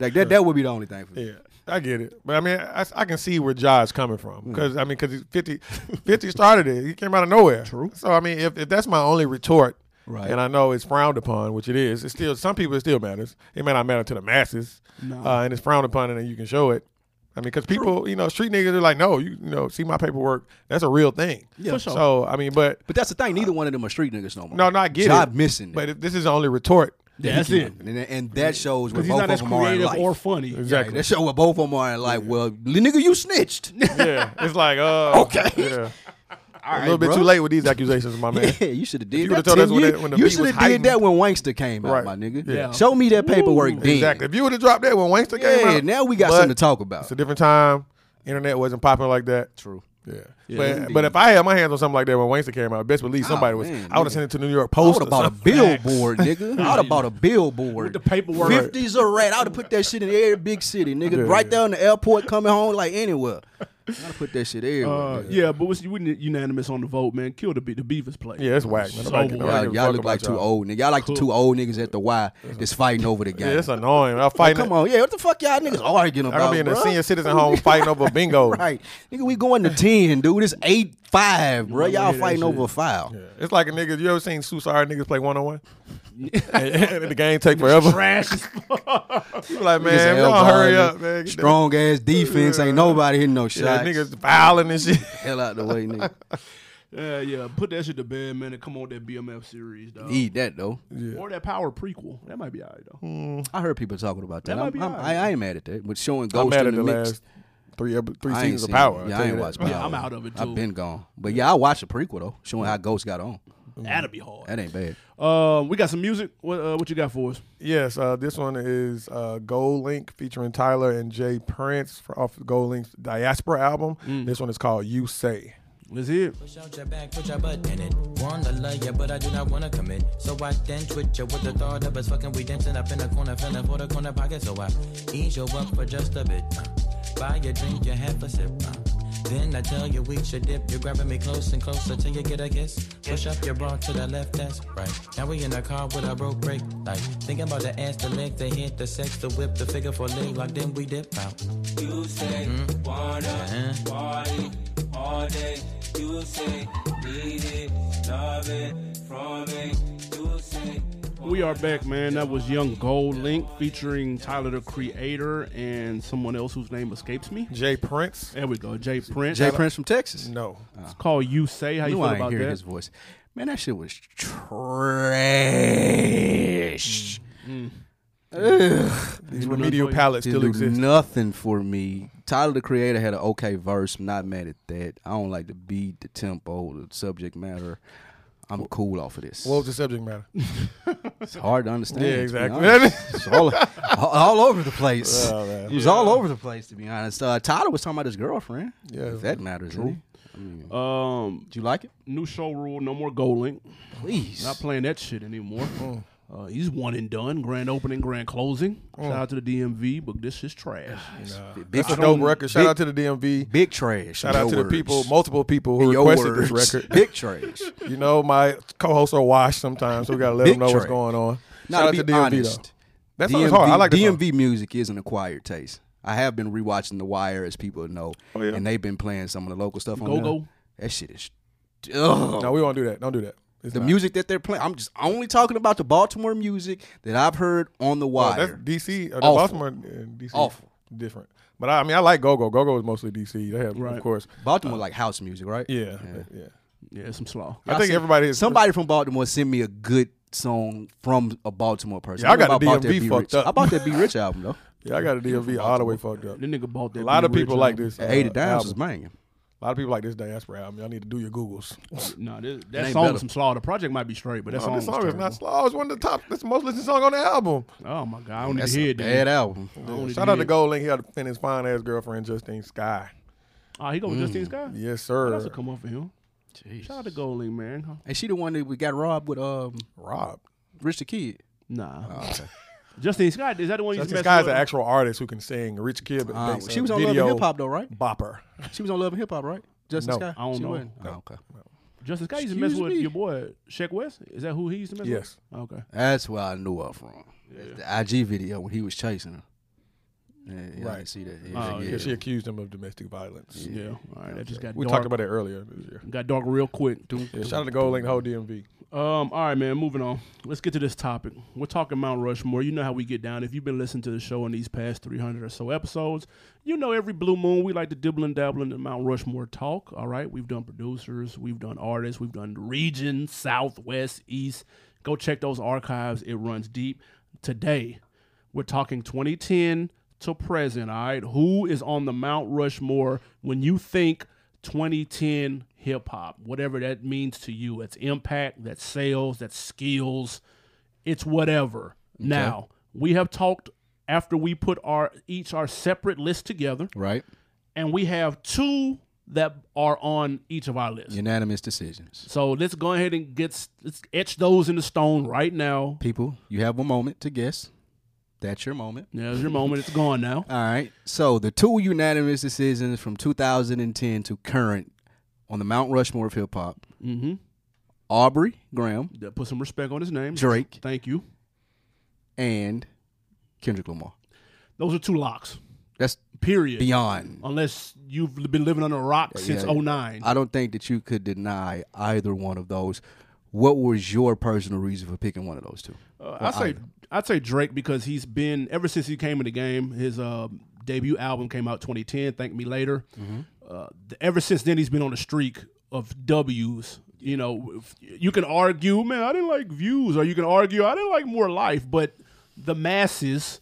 Like that. That would be the only thing for me. Yeah, I get it, but I mean, I, I can see where Josh's coming from because I mean, because 50, 50 started it. He came out of nowhere. True. So I mean, if, if that's my only retort, Right. And I know it's frowned upon, which it is. It's still some people. It still matters. It may not matter to the masses, uh, and it's frowned upon, and then you can show it. I mean, because people, you know, street niggas are like, no, you, you know, see my paperwork. That's a real thing. Yeah. For sure. So I mean, but But that's the thing. Neither one of them are street niggas no more. no, no, I get Ja it. missing. it. But if this is the only retort. Yeah, that's it. and, and that shows where Because he's both not of as them are in creative life. or funny. Exactly. That show where both of them are in like, well, li- nigga, you snitched. yeah, it's like, uh, Okay. yeah. a little bit too late with these accusations, my man. Yeah, you should have did you that. would've told us 10 when years- that- when the you beat should was have did heightened. that when Wangster came out, Right. my nigga. Yeah. Show me that paperwork then. Exactly. If you would have dropped that when Wangster came Yeah, out, now we got but something to talk about. It's a different time. Internet wasn't popping like that. True. Yeah. indeed. Oh, but but if I had my hands on something like that when Wangster came out, best believe somebody was. man, I would have sent it to New York I Post. would have bought a billboard, nigga. I would have bought a billboard. the paperwork. 50's a rat. I would have put that shit in every big city, nigga. right there in the airport, coming home, like anywhere. I would put that shit everywhere. Uh, nigga. yeah, but was, you wouldn't unanimous on the vote, man. Kill the Be- the Beavers play. Yeah, it's whack. So Man. Nobody can- bored. Y'all, nobody give a y'all fuck look like about two y'all. old niggas. Y'all like the two old niggas at the Y that's fighting over the game. Yeah, it's annoying. I'm fighting. Oh, Come on, yeah. What the fuck y'all niggas arguing I'm gonna about? be in bruh? a senior citizen home fighting over bingo. Right, nigga, we going to ten, dude. It's eight five, bro. Y'all fighting over a foul. Yeah. It's like a nigga. You ever seen Susar niggas play one on one? And the game take forever. Trash as fuck. You like Niggas man, y'all elbowing, hurry up, man. Get that- Strong ass defense, ain't nobody hitting no Yeah, shots. niggas fouling and shit. Hell out the way, nigga. Yeah, yeah. Put that shit to bed, man, and come on with that BMF series, dog. Eat that though. Or that Power prequel. That might be alright though. I heard people talking about that. That might I'm, be I'm, I, alright. I ain't mad at that. With showing I'm Ghost in mad at the, the mix, last three ep- three I ain't seasons of seen Power. it. I'll Yeah, tell I you ain't that. watched Power. I'm out of it, I've too. been gone, but yeah, I watched a prequel though, showing how Ghost got on. That'll be hard. That ain't bad. Uh, we got some music. What uh, what you got for us? Yes, uh, this one is uh, Gold Link featuring Tyler and Jay Prince for off Gold Link's Diaspora album. Mm. This one is called You Say. Let's hear it. Push out your back, put your butt in it. Wanna love ya, but I do not wanna commit. So I then twitch ya with the thought of us fucking. We dancing up in the corner, feeling for the corner pocket. So I ease you up for just a bit. Uh, buy your drink, you have a sip. Uh, then I tell you we should dip. You're grabbing me close and closer till you get a kiss. Push up your bra to the left, that's right. Now we in the car with a broke brake light. Thinking about the ass, the leg, the hint, the sex, the whip, the figure for leg lock. Then we dip out. Mm-hmm. Uh-huh. You say wanna party all day. You say need it, love it from me. You say We are back, man. That was Young Gold Link featuring Tyler the Creator and someone else whose name escapes me. Jay Prince? There we go. Jay Prince. Jay Prince from Texas. No. Uh, It's called You Say. How you knew feel I ain't about hear that? his voice. Man, that shit was Mm. trash. These remedial palettes Didn't still do exist. nothing for me. Tyler the Creator had an okay verse. I'm not mad at that. I don't like the beat, the tempo, the subject matter. I'm cool off of this. What was the subject matter? It's hard to understand. Yeah, to be exactly. honest. It's all, all, all over the place. Oh, man. it was all over the place, to be honest. Uh, Tyler was talking about his girlfriend. Yeah. if that matters. True. I mean, Um, did you like it? new show rule: no more goaling. Please. Not playing that shit anymore. Oh. Uh, he's one and done. Grand opening, grand closing. Shout out to the DMV, but this is trash. big, That's a dope record. Shout big, out to the DMV. big trash. Shout in out your to the words. people, multiple people In who your requested this words. record. Big trash. You know, my co-hosts are washed sometimes, so we gotta let Big them know what's track. going on. Now, Shout to out be to DMV honest, though. That's DMV, DMV, hard. I like the DMV music is an acquired taste. I have been rewatching The Wire, as people know, Oh, yeah. and they've been playing some of the local stuff. on Go-Go. there. That shit is. Ugh. No, we won't do that. Don't do that. It's the not. music that they're playing. I'm just only talking about the Baltimore music that I've heard on The Oh, that's Wire. DC. Or Awful. Baltimore and DC. Awful. Different. But I, I mean, I like Go-Go. Go-Go is mostly DC. They have, Right. of course. Baltimore like house music, right? Yeah, yeah. Yeah, it's some slaw. I think everybody is. Somebody from Baltimore send me a good song from a Baltimore person. Yeah, I got don't know the about that DMV Be fucked Rich. up. I bought that Be Rich album though. Yeah, I got a DMV all the way fucked up. The nigga bought that. A lot of Big people Ridge like album. this. uh, Eighty Dimes was album. banging. A lot of people like this diaspora album. Y'all need to do your Googles. Nah, this, It that ain't song better. is some slaw. The project might be straight, but that Oh, song, this song was is not terrible. slow. It's one of the top. It's the most listened song on the album. Oh my god, I don't need That's to hear a it. bad album. only Shout out to did- Gold Link. He had- and his fine ass girlfriend Justine Sky. Oh, he go Mm. with Justine's guy. Yes, sir. That's a come up for him. Shout out to Golding, man. And she the one that we got robbed with um Rob. Rich the Kid. Nah. Ah, Justine Scott, is that the one you just Justine messed Sky is an with? actual artist who can sing. Rich Kid. Uh, makes she a was on Love video and Hip Hop though, right? Bopper. She was on Love and Hip Hop, right? Justin No, Sky. I don't she know. wasn't? Oh, okay. Justin Scott used to mess Excuse with me. your boy Sheck West. Is that who he used to mess Yes. with? Okay. That's where I knew her from. That's The IG video when he was chasing her. Yeah, yeah, I Right. didn't see that. Yeah, Oh, yeah. Yeah, she accused him of domestic violence. Yeah. All right. That just got We dark. talked about that earlier this year. got dark real quick. Yeah, shout out to Gold Link, the whole DMV. Um, all right, man. Moving on. Let's get to this topic. We're talking Mount Rushmore. You know how we get down. If you've been listening to the show in these past 300 or so episodes, you know every blue moon we like to dibble and dabble in the Mount Rushmore talk. All right, we've done producers, we've done artists, we've done region, southwest, east. Go check those archives. It runs deep. Today, we're talking 2010 to present. All right, who is on the Mount Rushmore when you think 2010 hip hop, whatever that means to you? It's impact, that's sales, that's skills, it's whatever. Now we have talked after we put our each our separate list together, Right. and we have two that are on each of our lists. Unanimous decisions. So let's go ahead and get s- let's etch those in the stone right now. People, you have a moment to guess. That's your moment. There's your moment. It's gone now. All right. So the two unanimous decisions from 2010 to current on the Mount Rushmore of hip hop: Mm-hmm. Aubrey Graham, Yeah, Put some respect on his name. Drake, Thank you. and Kendrick Lamar. Those are two locks. That's Period. beyond. Unless you've been living under a rock since yeah. 09. I don't think that you could deny either one of those. What was your personal reason for picking one of those two? Uh, I'd say I'd say Drake because he's been ever since he came in the game. His uh, debut album came out 2010. Thank me later. Uh, th- ever since then, he's been on a streak of W's. You know, if- you can argue, man, I didn't like views, or you can argue, I didn't like more life. But the masses,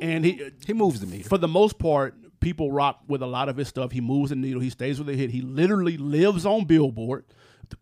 and he He moves the meter. for the most part, people rock with a lot of his stuff. He moves the needle. He stays with the hit. He literally lives on Billboard,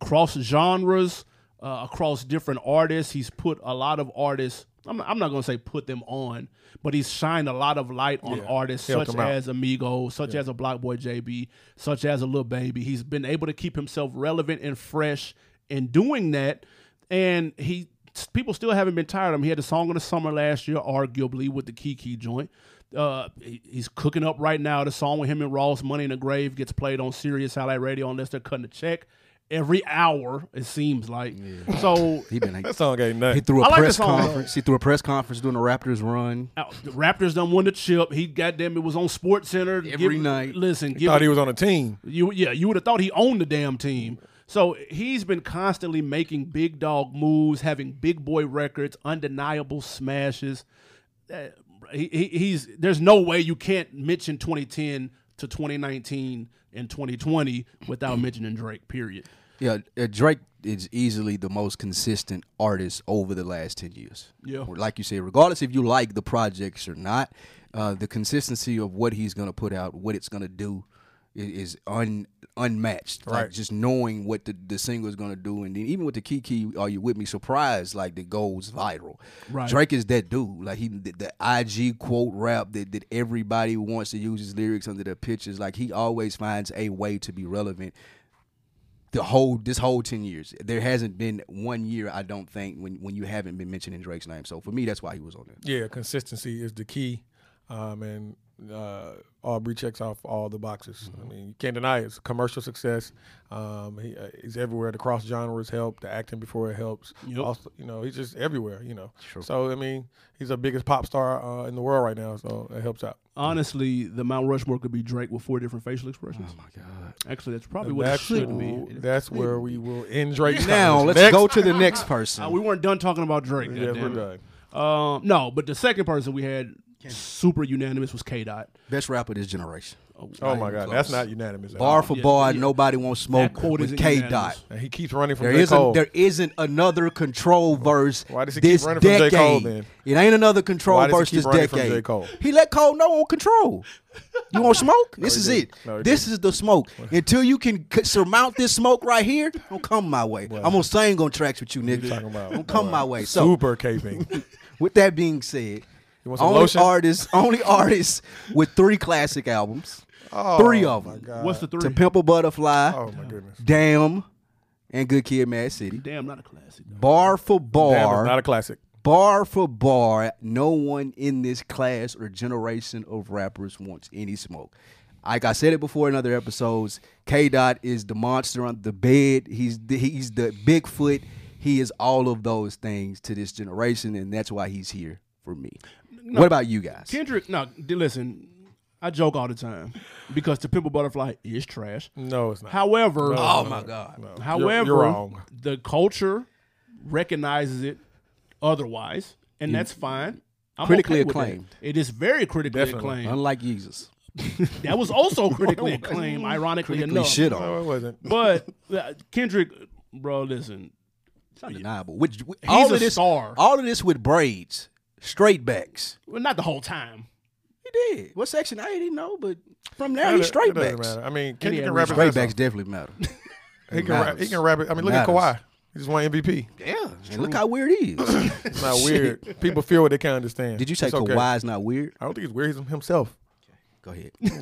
across genres, uh, across different artists. He's put a lot of artists. I'm not, I'm not gonna say put them on, but he's shined a lot of light on artists helped such them out. as Amigo, such as a Block Boy JB, such as a Lil Baby. He's been able to keep himself relevant and fresh in doing that, and he people still haven't been tired of him. He had a song of the summer last year, arguably with the Kiki joint. Uh, he- he's cooking up right now. The song with him and Ross, "Money in the Grave," gets played on Sirius Satellite Radio unless they're cutting a check every hour. It seems like so. He been That song ain't nothing. he threw a I like press the song, though. conference. He threw a press conference during the Raptors run. out- uh, The Raptors done won the chip. He goddamn it was on Sports Center Every night. Listen, give, Thought he was on a team. You yeah, you would have thought he owned the damn team. So he's been constantly making big dog moves, having big boy records, undeniable smashes. Uh, he, he, he's there's no way you can't mention 2010 to 2019 and 2020 without mentioning Drake. Period. Yeah, uh, Drake is easily the most consistent artist over the last 10 years. Yeah. Like you said, regardless if you like the projects or not, uh, the consistency of what he's going to put out, what it's going to do, i- is un unmatched. Like Right. just knowing what the, the single is gonna do, and then even with the Kiki, are you with me? Surprise, like that goes viral. Right. Drake is that dude. Like he the, the IG quote rap that that everybody wants to use his lyrics under their pictures. Like he always finds a way to be relevant the whole this whole 10 years there hasn't been one year i don't think when, when you haven't been mentioning drake's name so for me that's why he was on there Yeah, consistency is the key, um, and uh, Aubrey checks off all the boxes. I mean, you can't deny it. it's commercial success. Um, he, uh, he's everywhere. The cross genres help. The acting before it helps. Yep. Also, you know, he's just everywhere. You know, so I mean, he's the biggest pop star uh, in the world right now. So it helps out. Honestly, the Mount Rushmore could be Drake with four different facial expressions. Oh my god! Actually, that's probably what it That's, should w- be. that's where we will end Drake. now let's Next. go to the next Uh, person we weren't done talking about Drake. Yeah, goddamn we're it. done. Um, no, but the second person we had super unanimous was K Dot. best rapper this generation Oh my God, close. that's not unanimous. at bar all. for yeah, bar yeah. nobody wants That smoke quote with isn't k dot unanimous. And he keeps running from there J. isn't Cole. there isn't another control verse Why does he keep this running from J. decade Cole, then? it ain't another control Why does he verse keep this running from decade J. Cole? he let cole know on control you want smoke this he is didn't. it No, he this is the smoke until you can c- surmount this smoke right here don't come my way i'm gonna sing on tracks with you nigga talking about? don't come Boy, my way so super caping. With that being said, want some only lotion? artists, only artists with three classic albums, three of them: What's the three? "To Pimp a Butterfly," oh my goodness. "Damn," and "Good Kid, Mad City." Damn, not a classic. though. Bar for Damn, bar, it's not a classic. bar for bar, no one in this class or generation of rappers wants any smoke. Like I said it before in other episodes, K Dot is the monster on the bed. He's the, he's the Bigfoot. He is all of those things to this generation, and that's why he's here for me. what about you guys? Kendrick, no, d- listen, I joke all the time because To Pimp a Butterfly is trash. No, it's not. However, oh my God! however, You're- you're wrong. the culture recognizes it otherwise, and that's fine. I'm Critically okay with that. acclaimed. It is very critically Definitely. acclaimed. Unlike Jesus, That was also critically acclaimed, ironically we enough. shit on No, it wasn't. But uh, Kendrick, bro, listen, undeniable. Which all a of this, star. all of this with braids, straight backs. well, not the whole time. He did. What section? I didn't know, but from there he's straight It doesn't backs. matter. I mean, Kendrick had reason. can rap his Straight ass backs off. definitely matter. He can rap. He matters. can rap it. I mean, look Matters. at Kawhi. He just won MVP. Yeah, and look how weird he is. It's not weird. People feel what they can't understand. Did you say It's okay. Kawhi's not weird? I don't think he's weird. He's himself. Go ahead. You know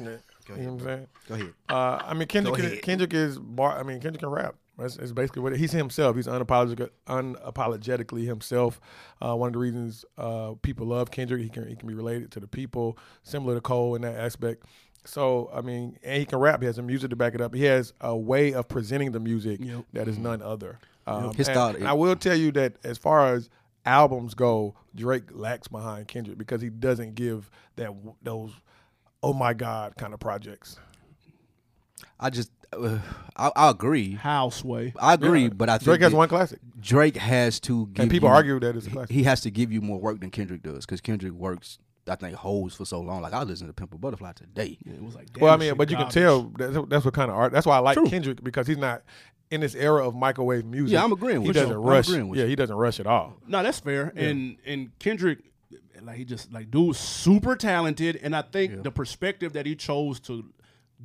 what I'm saying? Go ahead. Uh, I mean, Kendrick. Go is- ahead. Kendrick is. Bar, I mean, Kendrick can rap. That's, that's basically what it, he's himself. He's unapologetic, unapologetically himself. Uh, one of the reasons uh, people love Kendrick, he can he can be related to the people, similar to Cole in that aspect. So I mean, and he can rap. He has the music to back it up. He has a way of presenting the music that is none other. Um, Mm-hmm. His and- style- and I will tell you that as far as albums go, Drake lacks behind Kendrick because he doesn't give that those oh my god kind of projects. I just, uh, I, I agree. How sway? I agree, but I think Drake has that one classic. Drake has to give And people you- argue that it's a classic. He has to give you more work than Kendrick does because Kendrick works, I think, holds for so long. Like I listened to Pimple Butterfly today. It was like, well, I damn, mean, shit but you can garbage. tell that's, that's what kind of art. That's why I like Kendrick because he's not in this era of microwave music. Yeah, I'm agreeing he with you. doesn't I'm rush. agreeing with yeah, you. he doesn't rush at all. No, that's fair. And and Kendrick, like he just like dude's super talented, and I think the perspective that he chose to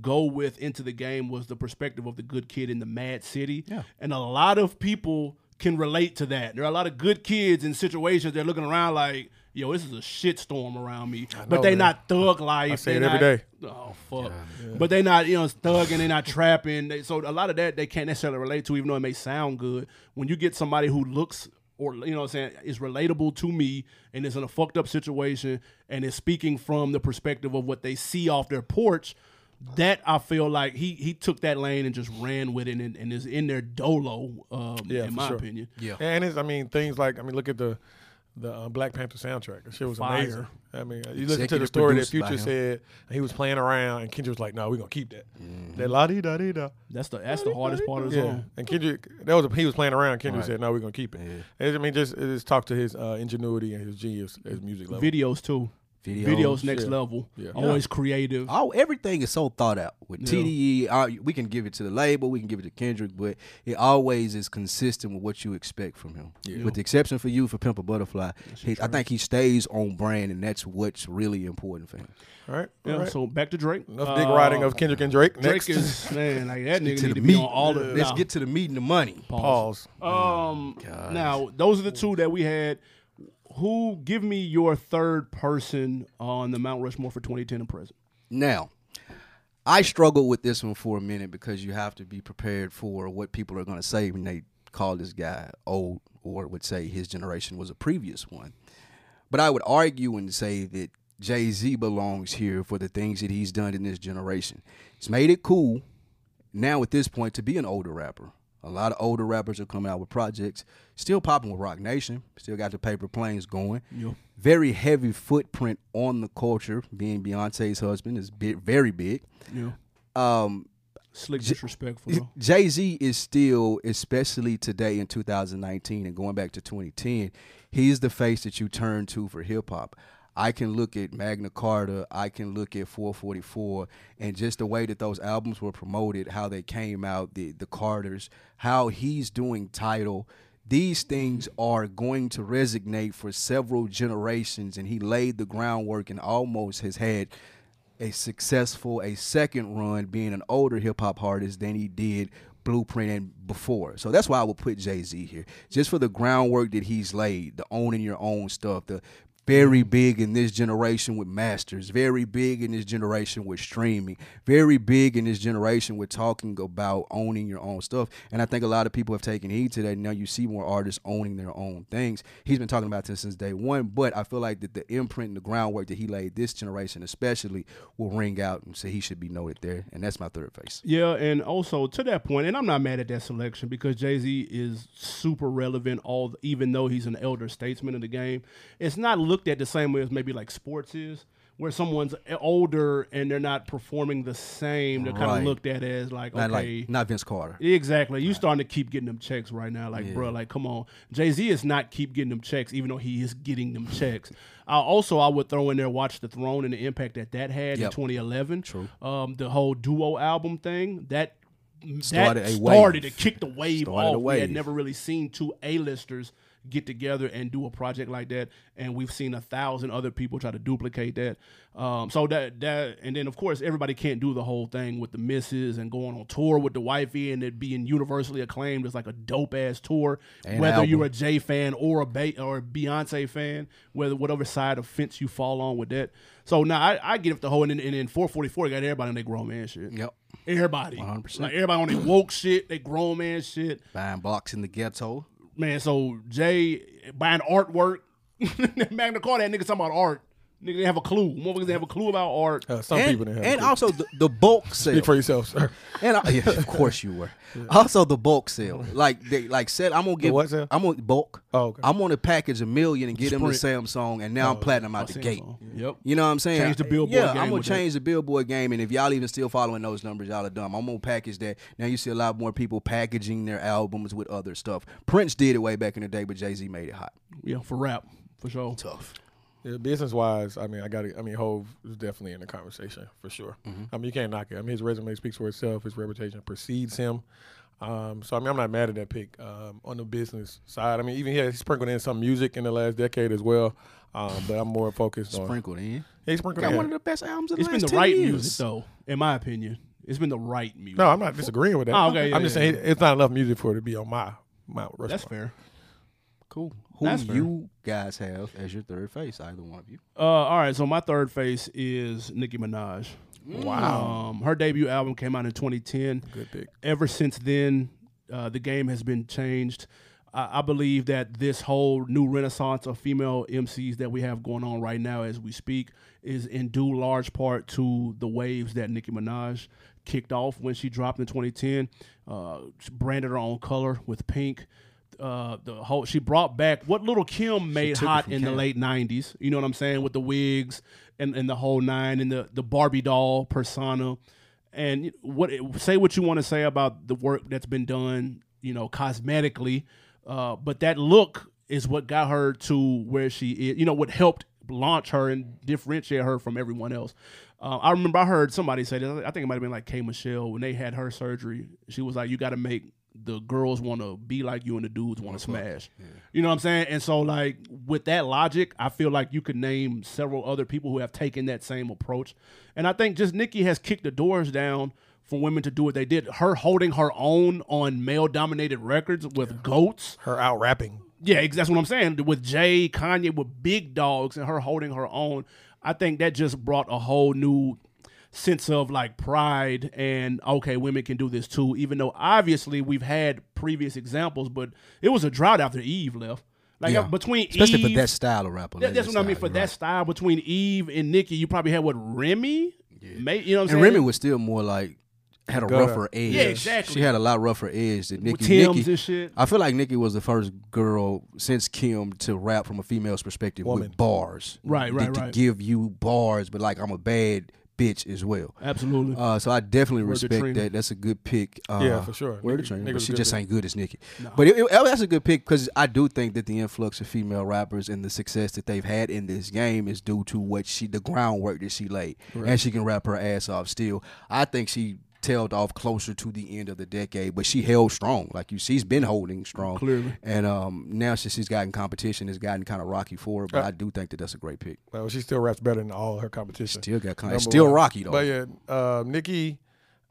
go with into the game was the perspective of the good kid in the mad city. Yeah. And a lot of people can relate to that. There are a lot of good kids in situations they're looking around like, yo, this is a shit storm around me. but know, they man. not thug life. say They it not- every day. Oh fuck! But they not you know it's thugging, they not trapping. They, so a lot of that they can't necessarily relate to, even though it may sound good. When you get somebody who looks or you know what I'm saying is relatable to me and is in a fucked up situation and is speaking from the perspective of what they see off their porch, that I feel like he he took that lane and just ran with it and, and is in their dolo. Um, Yeah, in for my sure. opinion. Yeah. and it's I mean things like I mean look at the the uh, Black Panther soundtrack. That shit was Fire. amazing. I mean, you listen to the Executive story that produced by Future said he was playing around and Kendrick was like, "No, we're gonna keep that." Mm-hmm. That la di da di da. That's the that's the hardest part of the Yeah, song. and Kendrick, that was a, he was playing around. Kendrick said, "No, we're gonna keep it." I mean, just it just talk to his uh, ingenuity and his genius, his music level. Videos too. Videos. Videos next yeah. level. Yeah. Always creative. Oh, everything is so thought out with TDE. Uh, we can give it to the label, we can give it to Kendrick, but it always is consistent with what you expect from him. With the exception for you for Pimp a Butterfly, he, I think he stays on brand, and that's what's really important for him. All right. Yeah, all right. So back to Drake. Enough dick riding of Kendrick and Drake. Uh, Drake Next is man like that nigga to need the to be meat. on all the. Let's nah. get to the meat and the money. pause. Um, now those are the two that we had. Who give me your third person on the Mount Rushmore for 2010 and present? Now, I struggled with this one for a minute because you have to be prepared for what people are going to say when they call this guy old or would say his generation was a previous one. But I would argue and say that Jay Z belongs here for the things that he's done in this generation. He's made it cool now at this point to be an older rapper. A lot of older rappers are coming out with projects, still popping with Rock Nation, still got the paper planes going. Very heavy footprint on the culture, being Beyonce's husband is bi- very big. Yeah. Um, Slick disrespectful. though. Jay Z is still, especially today in 2019 and going back to 2010, he's the face that you turn to for hip hop. I can look at Magna Carta, I can look at 444, and just the way that those albums were promoted, how they came out, the the Carters, how he's doing title. These things are going to resonate for several generations, and he laid the groundwork and almost has had a successful a second run being an older hip hop artist than he did Blueprint and before. So that's why I would put Jay Z here, just for the groundwork that he's laid, the owning your own stuff, the very big in this generation with masters, very big in this generation with streaming, very big in this generation with talking about owning your own stuff. And I think a lot of people have taken heed to that. Now you see more artists owning their own things. He's been talking about this since day one, but I feel like that the imprint and the groundwork that he laid this generation especially will ring out and say he should be noted there. And that's my third face. Yeah, and also to that point, and I'm not mad at that selection because Jay Z is super relevant. All even though he's an elder statesman in the game, it's not looked at the same way as maybe like sports is, where someone's eh, older and they're not performing the same. They're kind Right. of looked at as like okay, Not like not Vince Carter. Exactly. You starting to keep getting them checks right now. Like, bruh, bro, like, come on. Jay Z is not keep getting them checks, even though he is getting them checks. Uh, also, I would throw in there Watch the Throne and the impact that that had in Yep. 2011. True. Um, the whole duo album thing that started Started that a started wave. to kick the wave Started off. a We had wave. never really seen two A-listers get together and do a project like that, and we've seen a thousand other people try to duplicate that. Um, so that that, and then of course everybody can't do the whole thing with the misses and going on tour with the wifey and it being universally acclaimed as like a dope ass tour. And whether album. you're a Jay fan or a ba- or a Beyonce fan, whether whatever side of fence you fall on with that. So now I, I get up the whole and then, and then 444 got everybody on their grown man shit. Yep. Everybody, 100%. like everybody on their woke shit, they grown man shit, Buying blocks in the ghetto. man. So Jay buying artwork, Magna Carta, that nigga talking about art. Nigga didn't have a clue. Motherfuckers didn't have a clue about art. Uh, some and people didn't have and to. also the, the bulk sale. Speak for yourself, sir. And I, yeah, of course you were. Also the bulk sale, like they like said, I'm gonna get. what sale? I'm gonna bulk. Oh, okay. I'm gonna package a million and get them to Samsung, and now Oh, I'm platinum out the gate. Yep. You know what I'm saying? Change the Billboard Yeah, game I'm gonna with that. change the Billboard game, and if y'all even still following those numbers, y'all are dumb. I'm gonna package that. Now you see a lot more people packaging their albums with other stuff. Prince did it way back in the day, but Jay Z made it hot. Yeah, for rap, for sure. Tough. Yeah, business wise, I mean, I got. to I mean, Hove is definitely in the conversation for sure. I mean, you can't knock it. I mean, his resume speaks for itself. His reputation precedes him. Um, so I mean, I'm not mad at that pick um, on the business side. I mean, even yeah, he sprinkled in some music in the last decade as well. Um, but I'm more focused on. Sprinkled in. Yeah, he sprinkled Got in. one of the best albums of the It's been last the 10 right years. music, though, in my opinion. It's been the right music. no, I'm not disagreeing with that. Oh, okay, yeah, I'm just yeah, saying it's not enough music for it to be on my my. that's fair. Cool. Who That's fair. you guys have as your third face? Either one of you. Uh, all right, so my third face is Nicki Minaj. Wow. Um, her debut album came out in 2010. Good pick. Ever since then, uh, the game has been changed. I, I believe that this whole new renaissance of female MCs that we have going on right now as we speak is in due large part to the waves that Nicki Minaj kicked off when she dropped in 2010. Uh, she branded her own color with pink. Uh, the whole she brought back what little Kim made took it hot from in the Kim. late 90s. You know what I'm saying with the wigs and, and the whole nine and the the Barbie doll persona. And what say what you want to say about the work that's been done, you know, cosmetically, uh, but that look is what got her to where she is. You know, what helped launch her and differentiate her from everyone else. Uh, I remember I heard somebody say this. I think it might have been like K Michelle when they had her surgery. She was like, "You got to make the girls want to be like you and the dudes want to smash." You know what I'm saying? And so, like with that logic, I feel like you could name several other people who have taken that same approach. And I think just Nikki has kicked the doors down for women to do what they did. Her holding her own on male-dominated records with goats. Her out rapping. Yeah, ex- that's what I'm saying. With Jay, Kanye, with big dogs, and her holding her own, I think that just brought a whole new sense of like pride and okay, women can do this too. Even though obviously we've had previous examples, but it was a drought after Eve left. Like Yeah. between Especially Eve, for that style of rapper. that- that's what I mean. For that style between Eve and Nikki, you probably had what Remy, May, you know what I'm And saying? Remy was still more like had a Gutter. rougher edge. Yeah, exactly. She had a lot rougher edge than Nicki. Tim's Nicki- and shit. I feel like Nicki was the first girl since Kim to rap from a female's perspective Woman. with bars. Right, To- right, to right. give you bars, but like I'm a bad bitch as well. Absolutely. Uh, so I definitely Word to respect Trina. that. That's a good pick. Uh, Yeah, for sure. Word to Niggas- Trina, niggas but she good just at it. ain't good as Nicki. But it, it- that's a good pick because I do think that the influx of female rappers and the success that they've had in this game is due to what she, the groundwork that she laid, and she can rap her ass off. Still, I think she tailed off closer to the end of the decade, but she held strong. Like you, she's been holding strong. Clearly. and um, now since she's gotten competition, it's gotten kind of rocky for her. Uh, But I do think that that's a great pick. Well, she still raps better than all her competition. Still got kind uh, Number of still one. rocky though. But yeah, uh, Nikki,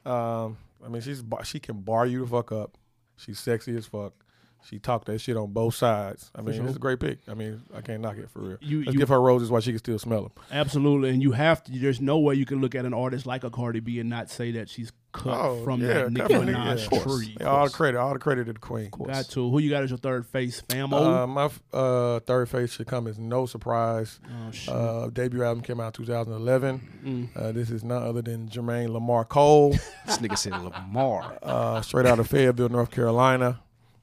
um, I mean, she's bar- she can bar you the fuck up. She's sexy as fuck. She talked that shit on both sides. I mean, it's a great pick. I mean, I can't knock it for real. You- Let's you- give her roses while she can still smell them. Absolutely, and you have to. There's no way you can look at an artist like a Cardi B and not say that she's cut Oh, from yeah, that Nicki cut from Nicki, yeah, Minaj of course. tree. Yeah, all the credit, all the credit to the queen. Got to who you got as your third face, Oh, famo. Uh, my f- uh, third face should come as no surprise. Oh, uh, debut album came out 2011. Mm. Uh, this is none other than Jermaine Lamar Cole. this nigga said Lamar. uh, straight out of Fayetteville, North Carolina.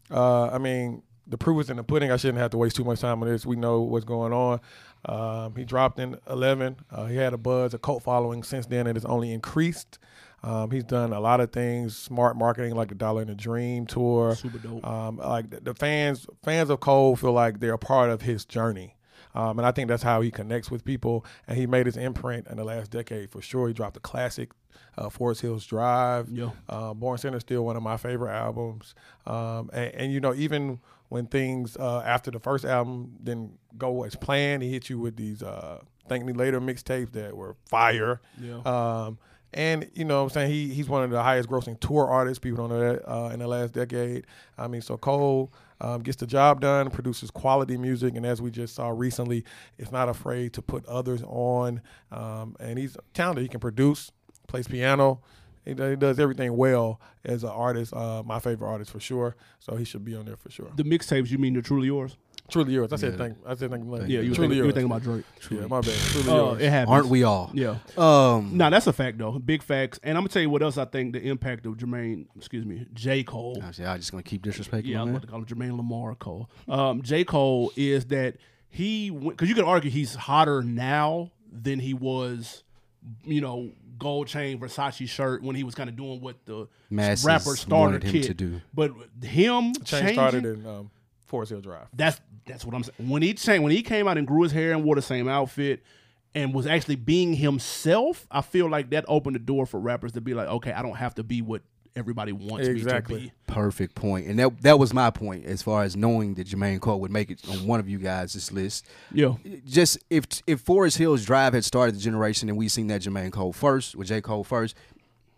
Uh, I mean, the proof is in the pudding. I shouldn't have to waste too much time on this. We know what's going on. Um, he dropped in 11. Uh, he had a buzz, a cult following since then, and it's only increased. Um, he's done a lot of things, smart marketing like the Dollar and the Dream tour. Super dope. Um, like the- the fans, fans of Cole feel like they're a part of his journey. Um, and I think that's how he connects with people. And he made his imprint in the last decade for sure. He dropped a classic, uh, Forest Hills Drive. Yeah. Uh, Born Center is still one of my favorite albums. Um, and, and, you know, even when things uh, after the first album didn't go as planned, he hit you with these uh, Thank Me Later mixtapes that were fire. Yeah. Um, and you know what I'm saying he he's one of the highest grossing tour artists people don't know that uh, in the last decade. I mean so Cole um, gets the job done, produces quality music, and as we just saw recently, is not afraid to put others on. Um, and he's talented. He can produce, plays piano. He, do- he does everything well as an artist. Uh, my favorite artist for sure. So he should be on there for sure. the mixtapes, you mean the Truly Yours? Truly yours. I said thank. I said thank. you. Yeah, you were truly thinking, you were yours. thinking about Drake. yeah, my bad. Truly Uh, yours. it happens. Aren't we all? Yeah. Um, No, that's a fact though. Big facts. And I'm gonna tell you what else I think the impact of Jermaine, excuse me, J. Cole. I said, I'm just gonna keep disrespecting Yeah, my I was man. about to call him Jermaine Lamar Cole. Um, J. Cole is that he because you could argue he's hotter now than he was, you know, gold chain Versace shirt when he was kind of doing what the Masses rapper starter wanted him kid to do. But him Change changing- started in um, Forest Hill Drive. That's that's what I'm saying. When he changed, when he came out and grew his hair and wore the same outfit and was actually being himself, I feel like that opened the door for rappers to be like, okay, I don't have to be what everybody wants me to Exactly. be. Perfect point, and that that was my point as far as knowing that Jermaine Cole would make it on one of you guys' list. Yeah. Just if if Forest Hills Drive had started the generation and we seen that Jermaine Cole first with J Cole first,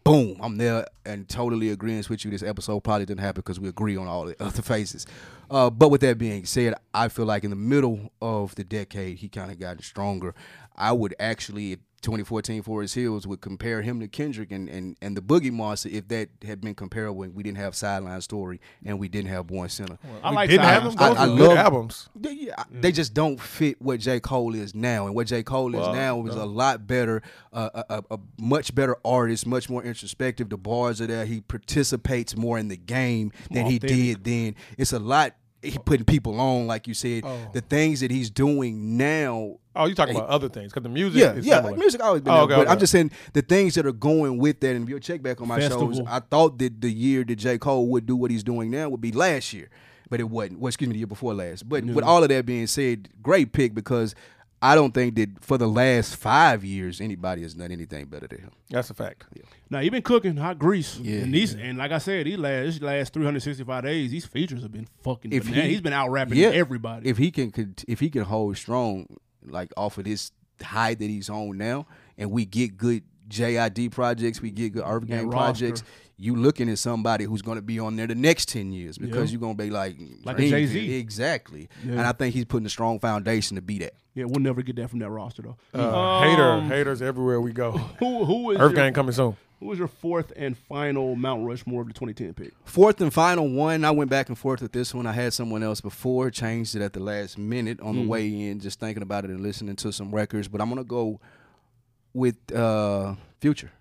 boom, I'm there and totally agreeing with you. This episode probably didn't happen because we agree on all the other phases. Uh, but with that being said, I feel like in the middle of the decade he kind of gotten stronger. I would actually. if 2014 Forest Hills would compare him to Kendrick and, and, and the Boogie Monster if that had been comparable and we didn't have Sideline Story and we didn't have Born Center. I like Didn't have I- Sideline them. Those I were love- good albums. They, yeah, I- they just don't fit what J. Cole is now, and what J. Cole is now is a lot better, uh, a, a, a much better artist, much more introspective. The bars are there. He participates more in the game than he did then. It's a lot. He putting people on, like you said. The things that he's doing now Oh, you talking about other things because the music. yeah, is yeah. similar. Music always been Oh, there, okay, but okay. I'm just saying the things that are going with that. And if you check back on my shows, Festival. I thought that the year that J Cole would do what he's doing now would be last year, but it wasn't. Well, excuse me, the year before last. But with all of that being said, great pick because I don't think that for the last five years anybody has done anything better than him. That's a fact. Now he been cooking hot grease. Yeah, and these and like I said, these last these last 365 days, these features have been fucking. If bananas. he- he, has been out rapping everybody. If he can, cont- if he can hold strong, like off of this high that he's on now, and we get good JID projects, we get good Urban That Game roster. projects. You looking at somebody who's going to be on there the next ten years because you're going to be like Like "Dang, Jay-Z." exactly. And I think he's putting a strong foundation to be that. yeah, we'll never get that from that roster though. Um, Uh, hater, haters everywhere we go. Who who is Earth your, gang coming soon. who is your fourth and final Mount Rushmore of the 2010 pick? Fourth and final one. I went back and forth with this one. I had someone else before, changed it at the last minute Hmm. on the way in, just thinking about it and listening to some records. But I'm gonna go with uh, Future.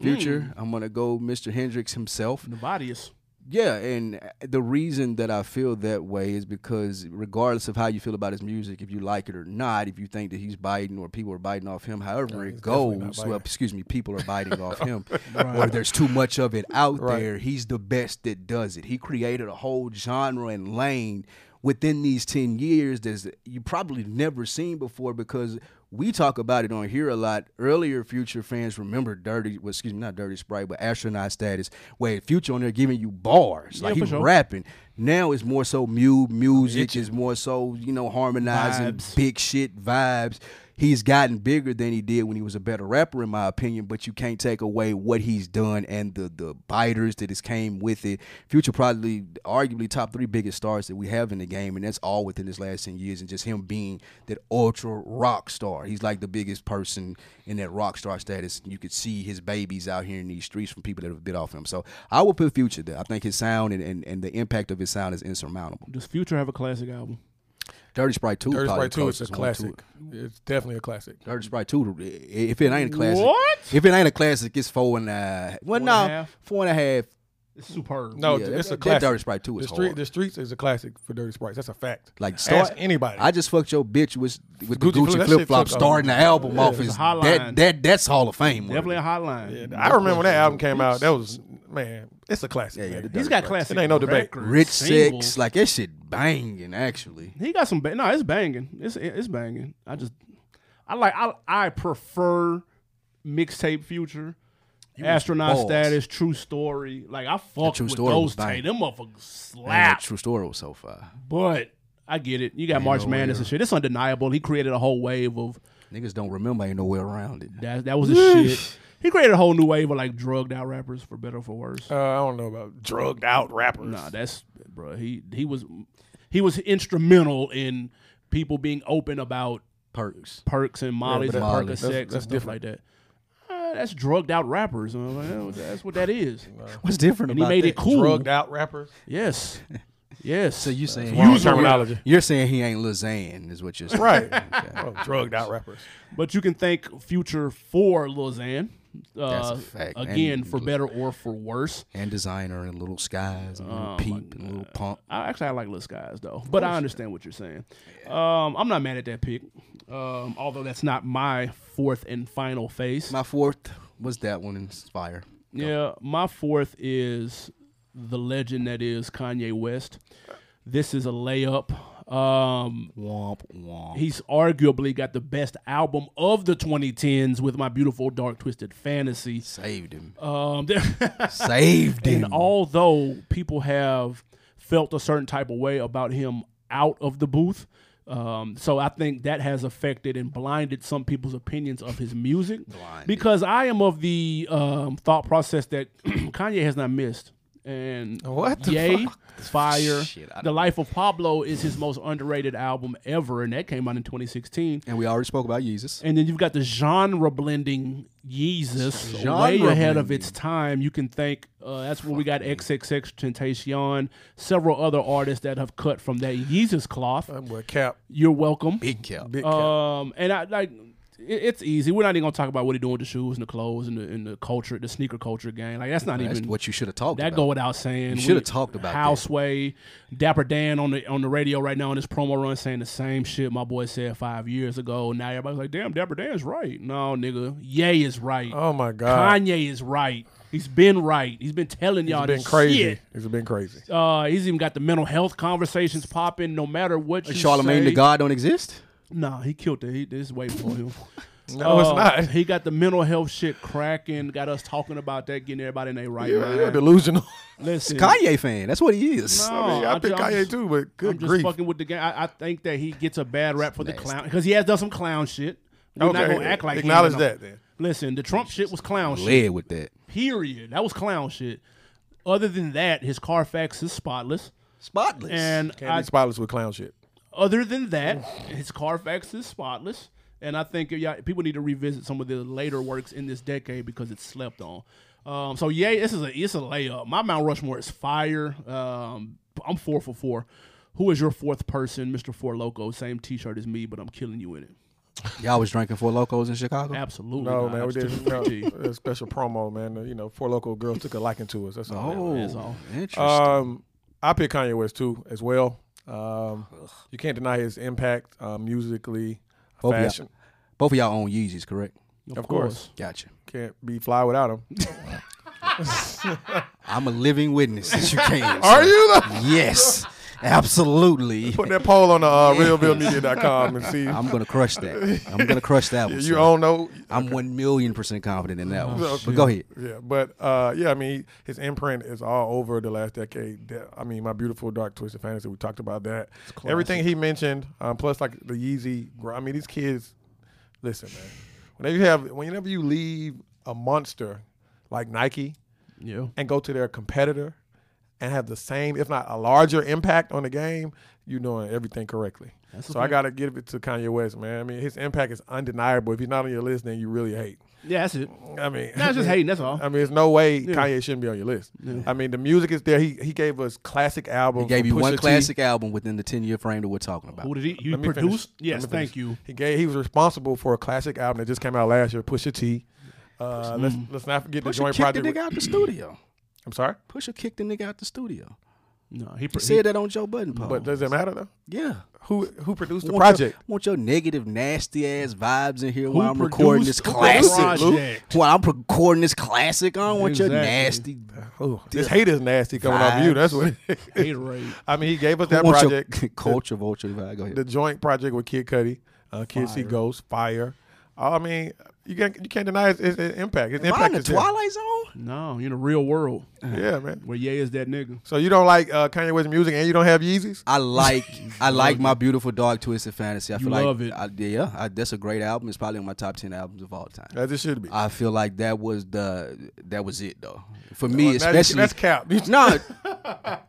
Future. Hmm. I'm gonna go Mr. Hendrix himself. Novadius. Yeah, and the reason that I feel that way is because regardless of how you feel about his music, if you like it or not, if you think that he's biting or people are biting off him, however it definitely not goes, biting. well, excuse me, people are biting off him, or there's too much of it out there. He's the best that does it. He created a whole genre and lane within these 10 years that's you probably never seen before because we talk about it on here a lot. Earlier, Future fans remember Dirty, well, excuse me, not Dirty Sprite, but Astronaut Status, where Future on there giving you bars, like for he sure. rapping. Now it's more so mu music, it's more so you know harmonizing Vibes. big shit vibes. He's gotten bigger than he did when he was a better rapper, in my opinion. But you can't take away what he's done and the the biters that has came with it. Future probably, arguably, top three biggest stars that we have in the game, and that's all within his last ten years. And just him being that ultra rock star, he's like the biggest person in that rock star status. You could see his babies out here in these streets from people that have bit off him. So I would put Future there. I think his sound and, and, and the impact of his sound is insurmountable. Does Future have a classic album? Dirty Sprite Two, Dirty probably Sprite 2 is a closest one to it. classic. It's definitely a classic. Dirty Sprite two. If it ain't a classic, What? If it ain't a classic, it's four and a well, and no, a half? four and a half. It's superb. No, Yeah, that- it's a that classic. Dirty Sprite 2 the is street, hard. The Streets is a classic for Dirty Sprites. That's a fact. Like Ask start, anybody. I just fucked your bitch with with the Gucci flip- Gucci that shit flip flop, took starting the off. album Yeah, off it's is a hotline. that that that's Hall of Fame. worthy. Definitely a hotline. Yeah, I remember when that album came out. That was man, it's a classic. Yeah, yeah, man. the Dirty He's got Sprite. classic. It ain't no debate. records, Rich singles. Six, like that shit banging actually. He got some. Ba- no, it's banging. It's it's banging. I just, I like. I I prefer mixtape future, astronaut balls. status, true story. Like I fuck True with Story those was banging. tape. Them motherfuckers Man, slap. True story was so far. But I get it. You got March Madness and shit. It's undeniable. He created a whole wave of Niggas don't remember. Ain't no way around it. that. That was his shit. He created a whole new wave of like drugged out rappers, for better or for worse. Uh, I don't know about drugged out rappers. Nah, that's bro. He he was he was instrumental in people being open about Perks. perks and mollies but and that- Molly's. percocets and That's- that's stuff like that. Uh, that's drugged out rappers. I'm like, "Oh, that's what that is. What's different And he about made that? it cool. drugged out rappers. Yes, yes. So you saying Wrong you're, terminology. you're saying he ain't Lil Xan is what you're saying. Right. Oh, drugged out rappers. but you can thank Future for Lil Xan. Uh, That's a fact. Again, And- for better or for worse. And designer and little skies and little peep and little pump. I actually I like Lil Skies though, but I understand what you're saying. Um, I'm not mad at that pick, um, although that's not my fourth and final face. My fourth was that one inspire. Yeah, my fourth is the legend that is Kanye West. This is a layup. Um, Womp womp. he's arguably got the best album of the 2010s with My Beautiful Dark Twisted Fantasy. saved him. Um, saved and him. although people have felt a certain type of way about him out of the booth, um, so I think that has affected and blinded some people's opinions of his music. Because I am of the um, thought process that Kanye has not missed. And What the Yay, Fire, Shit, I The Life of Pablo is his most underrated album ever, and that came out in 2016. and we already spoke about Jesus. And then you've got the genre blending Yeezus way Genre ahead of its time. You can thank uh, that's where we got XXX Tentacion, several other artists that have cut from that Yeezus cloth. Uh, That boy Cap. You're welcome. Big cap. Big Cap. Um, and I like it- it's easy. We're not even gonna talk about what he doing with the shoes and the clothes and the, and the culture, the sneaker culture game. Like that's not That's even what you should have talked that about. go without saying. You shoulda We- talked about that. Houseway, Dapper Dan on the on the radio right now on this promo run saying the same shit my boy said five years ago. Now everybody's like, damn, Dapper Dan's right. No, nigga, Ye is right. Oh my God. Kanye is right. He's been right. He's been telling y'all It's been this crazy. shit. It's been crazy. Uh, he's even got the mental health conversations popping. No matter what you Charlemagne say. the God don't exist. Nah, he killed it. He, this is way before him. No, it's Uh, not. He got the mental health shit cracking. Got us talking about that, getting everybody in their right You're, you're mind. delusional. Listen, Kanye fan. That's what he is. No, I mean, I, ju- pick I'm Kanye just- too, but good I'm just grief. fucking with the guy. I, I think that he gets a bad rap for the Nasty. clown because he has done some clown shit. We're not Okay, gonna act like he ain't acknowledge done no- that then. Listen, the Trump shit was clown shit. Led with that. Period. That was clown shit. Other than that, his Carfax is spotless. Spotless. And Can't I, be spotless with clown shit. other than that, his Carfax is spotless. And I think yeah, people need to revisit some of the later works in this decade because it's slept on. Um, so yeah, this is a it's a layup. My Mount Rushmore is fire. Um, I'm four for four. Who is your fourth person, Mr. Four Loco? Same T-shirt as me, but I'm killing you in it. Y'all was drinking Four Locos in Chicago? Absolutely. No, not. man, we It's did different no, from G. a special promo, man. You know, four local girls took a liking to us. That's all. that was. Oh, That's all. interesting. Uh, Um, I pick Kanye West too, as well. Um, you can't deny his impact uh, musically, Both of y'all- fashion. Both of y'all own Yeezys, correct? Of course. Gotcha. Can't be fly without him. I'm a living witness that you came. Are you? Though? Yes, absolutely. Put that poll on the uh, realbillmedia.com and see. I'm gonna crush that. I'm gonna crush that one. you sir. all know. I'm one million percent confident in that one. but go ahead. Yeah, but uh, yeah, I mean, his imprint is all over the last decade. That- I mean, my beautiful dark twisted fantasy. We talked about that. Everything he mentioned, um, plus like the Yeezy. gr- I mean, these kids. Listen, man. Whenever you have, whenever you leave a monster like Nike Yeah. and go to their competitor and have the same, if not a larger impact on the game, you're doing everything correctly. the so I got to give it to Kanye West, man. I mean, his impact is undeniable. If he's not on your list, then you really hate. Yeah, that's it. I mean, Nah, it's just hating. That's all. I mean, there's no way Kanye shouldn't be on your list. I mean, the music is there. He he gave us classic albums. He gave from you one Pusha T. classic album within the ten year frame that we're talking about. Who did he? You Let me finish. produced? Let Yes, me finish. thank you. He gave. He was responsible for a classic album that just came out last year, Pusha T. Uh, let's let's not forget the Pusha joint kicked project. the with- nigga out the studio. I'm sorry, Pusha kicked the nigga out the studio. No, he, pro- Said that on Joe Budden Paul. but does it matter though? yeah. Who who produced the Want project? Your, want your negative, nasty ass vibes in here Who while I'm recording this produced the project? classic. While I'm recording this classic, I don't want your Exactly. nasty. Oh, this hate is nasty coming off of you. That's what. It is. he, Haterade. I mean, he gave us I that want your project. culture vulture vibe. Go ahead. the joint project with Kid Cudi, uh, Kid See Ghost, Fire. Uh, I mean, you can't you can't deny his, his impact. His Am I in impact the is there. Twilight Zone? No, you're in the real world Yeah, man. where Ye is that nigga. So you don't like uh, Kanye West music and you don't have Yeezys? I like I like my beautiful dark twisted fantasy. I feel like love it. I, yeah, I, that's a great album. It's probably one of my top ten albums of all time. As it should be. I feel like that was the that was it though for me Well, now you- especially. that's cap. No,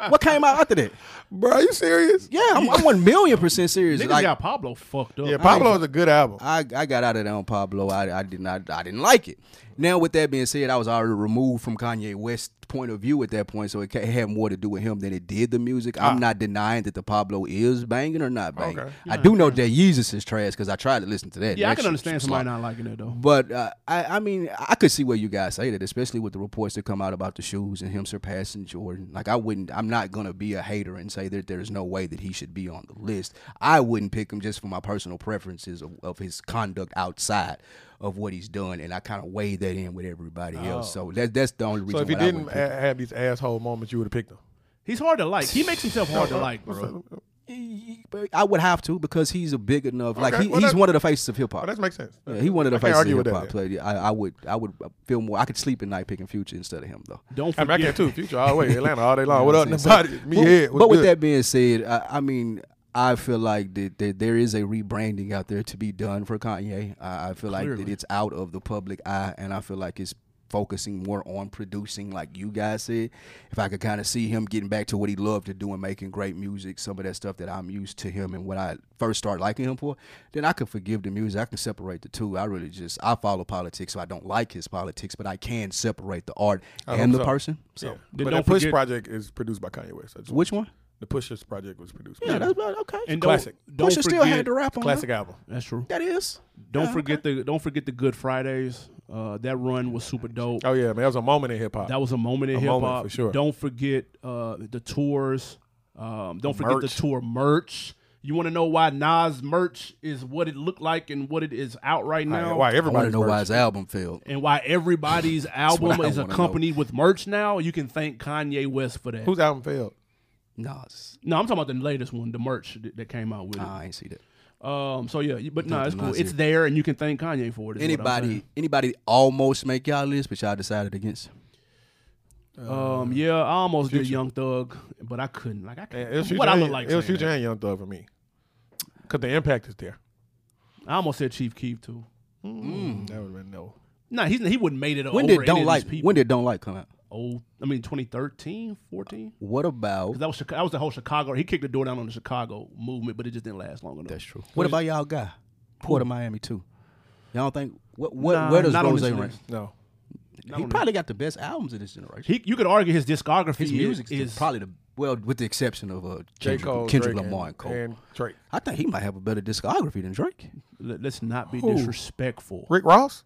what came out after that? Bro, are you serious? Yeah, I'm, I'm one million percent serious. Niggas Like, got Pablo fucked up. Yeah, Pablo is a good album. I, I got out of that on Pablo. I, I did not I didn't like it. Now with that being said, I was already removed from Kanye West's point of view at that point, so it ca- it had more to do with him than it did the music. Ah. I'm not denying that the Pablo is banging or not banging. Okay. I do know that Jesus is trash because I tried to listen to that. Yeah, I That can shit understand was somebody slop. not liking it though. But uh, I, I mean, I could see where you guys say that, especially with the reports that come out about the shoes and him surpassing Jordan. Like, I wouldn't, I'm not gonna be a hater and say that there's no way that he should be on the list. I wouldn't pick him just for my personal preferences of, of his conduct outside of what he's done, and I kind of weigh that in with everybody else. So that, that's the only reason. Oh. So if you why I didn't wouldn't a- pick him. have these asshole moments, you would have picked them. He's hard to like. He makes himself hard to like, bro. But I would have to because he's a big enough. Like Okay, he, well, he's that- one of the faces of hip Oh, hop. that makes sense. Yeah, he one of the I can't faces of argue with hip that hop. then. So, yeah, I, I would, I would feel more. I could sleep at night picking Future instead of him, though. Don't I mean, I forget. can too. Future all the way. Atlanta all day long. What up, I'm saying? nobody? So- Me but, here. but with that being said, I, I mean, I feel like that, that there is a rebranding out there to be done for Kanye. I, I feel like that it's out of the public eye, and I feel like it's focusing more on producing, like you guys said. If I could kind of see him getting back to what he loved to do and making great music, some of that stuff that I'm used to him and what I first started liking him for, then I could forgive the music. I can separate the two. I really just I follow politics, so I don't like his politics, but I can separate the art and hope the so. person. So. But don't the Push forget- project is produced by Kanye West. I just- Which one? The Pusher's project was produced. by Yeah, Kanye. that's about okay. And Classic. Don't, don't Pusha forget, still had the rap on. classic Classic. album. That's true. That is. Don't Yeah, forget the don't forget the Good Fridays. Uh, that run was super dope. Oh yeah, man, that was a moment in hip hop. That was a moment in A hip moment, hop. for sure. Don't forget uh, the tours. Um, don't forget merch. the tour merch. You want to know why Nas merch is what it looked like and what it is out right now, I Why want everybody to know why his album failed. and why everybody's what album I is wanna know. accompanied with merch now. You can thank Kanye West for that. Whose album failed? Nas. no, I'm talking about the latest one, the merch that, that came out with it. Ah. Nah, I ain't see that. Um, so yeah, but no, Don't it's cool. denounce It's it. there, and you can thank Kanye for it. is what I'm Anybody, anybody almost make y'all list, but y'all decided against. saying. uh, Um, yeah, I almost did Young Thug, but I couldn't. Like I And can't. it was Future what I and- look like? It was saying Future that. and Young Thug for me, because the impact is there. I almost said Chief Keef too. Mm. Mm. That would have been no. Nah, he's, he wouldn't made it. When over did don't any like? Of these people. When did don't like come out? Oh, I mean 2013, 14. What about? That was Chica- that was the whole Chicago. He kicked the door down on the Chicago movement, but it just didn't last long enough. That's true. What about y'all guy? Port of Miami too. Y'all don't think what? What? Nah, where does not on Rose this rank? list. No. He probably got the best albums of this generation. He, you could argue his discography His music is, is probably the well, with the exception of uh, J. Kendrick, Cole, Kendrick Drake, Lamar and and, Cole. and Drake. I think he might have a better discography than Drake. Let, us not be disrespectful. Rick Ross.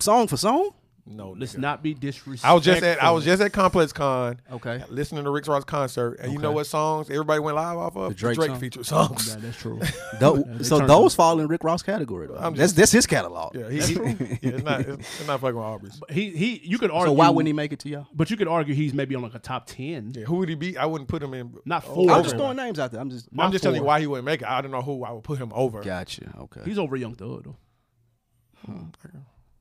Song for song. No. Let's not be disrespectful. I was just at I was just at Complex Con. Okay. Listening to Rick Ross concert, and you know what songs everybody went live off of? The Drake song. featured songs. Yeah, that's true. Tho- they so turned those fall in Rick Ross category. Though. that's that's his catalog. Yeah, he, he, yeah, it's not it's, it's not fucking with Aubrey's. he he. You could argue. So why wouldn't he make it to y'all? But you could argue he's maybe on like a top ten. Yeah, who would he be? I wouldn't put him in. Oh, Not over- four. I'm Okay. just throwing names out there. I'm just. I'm just telling you four. why he wouldn't make it. I don't know who I would put him over. Gotcha. Okay. He's over Young Thug though.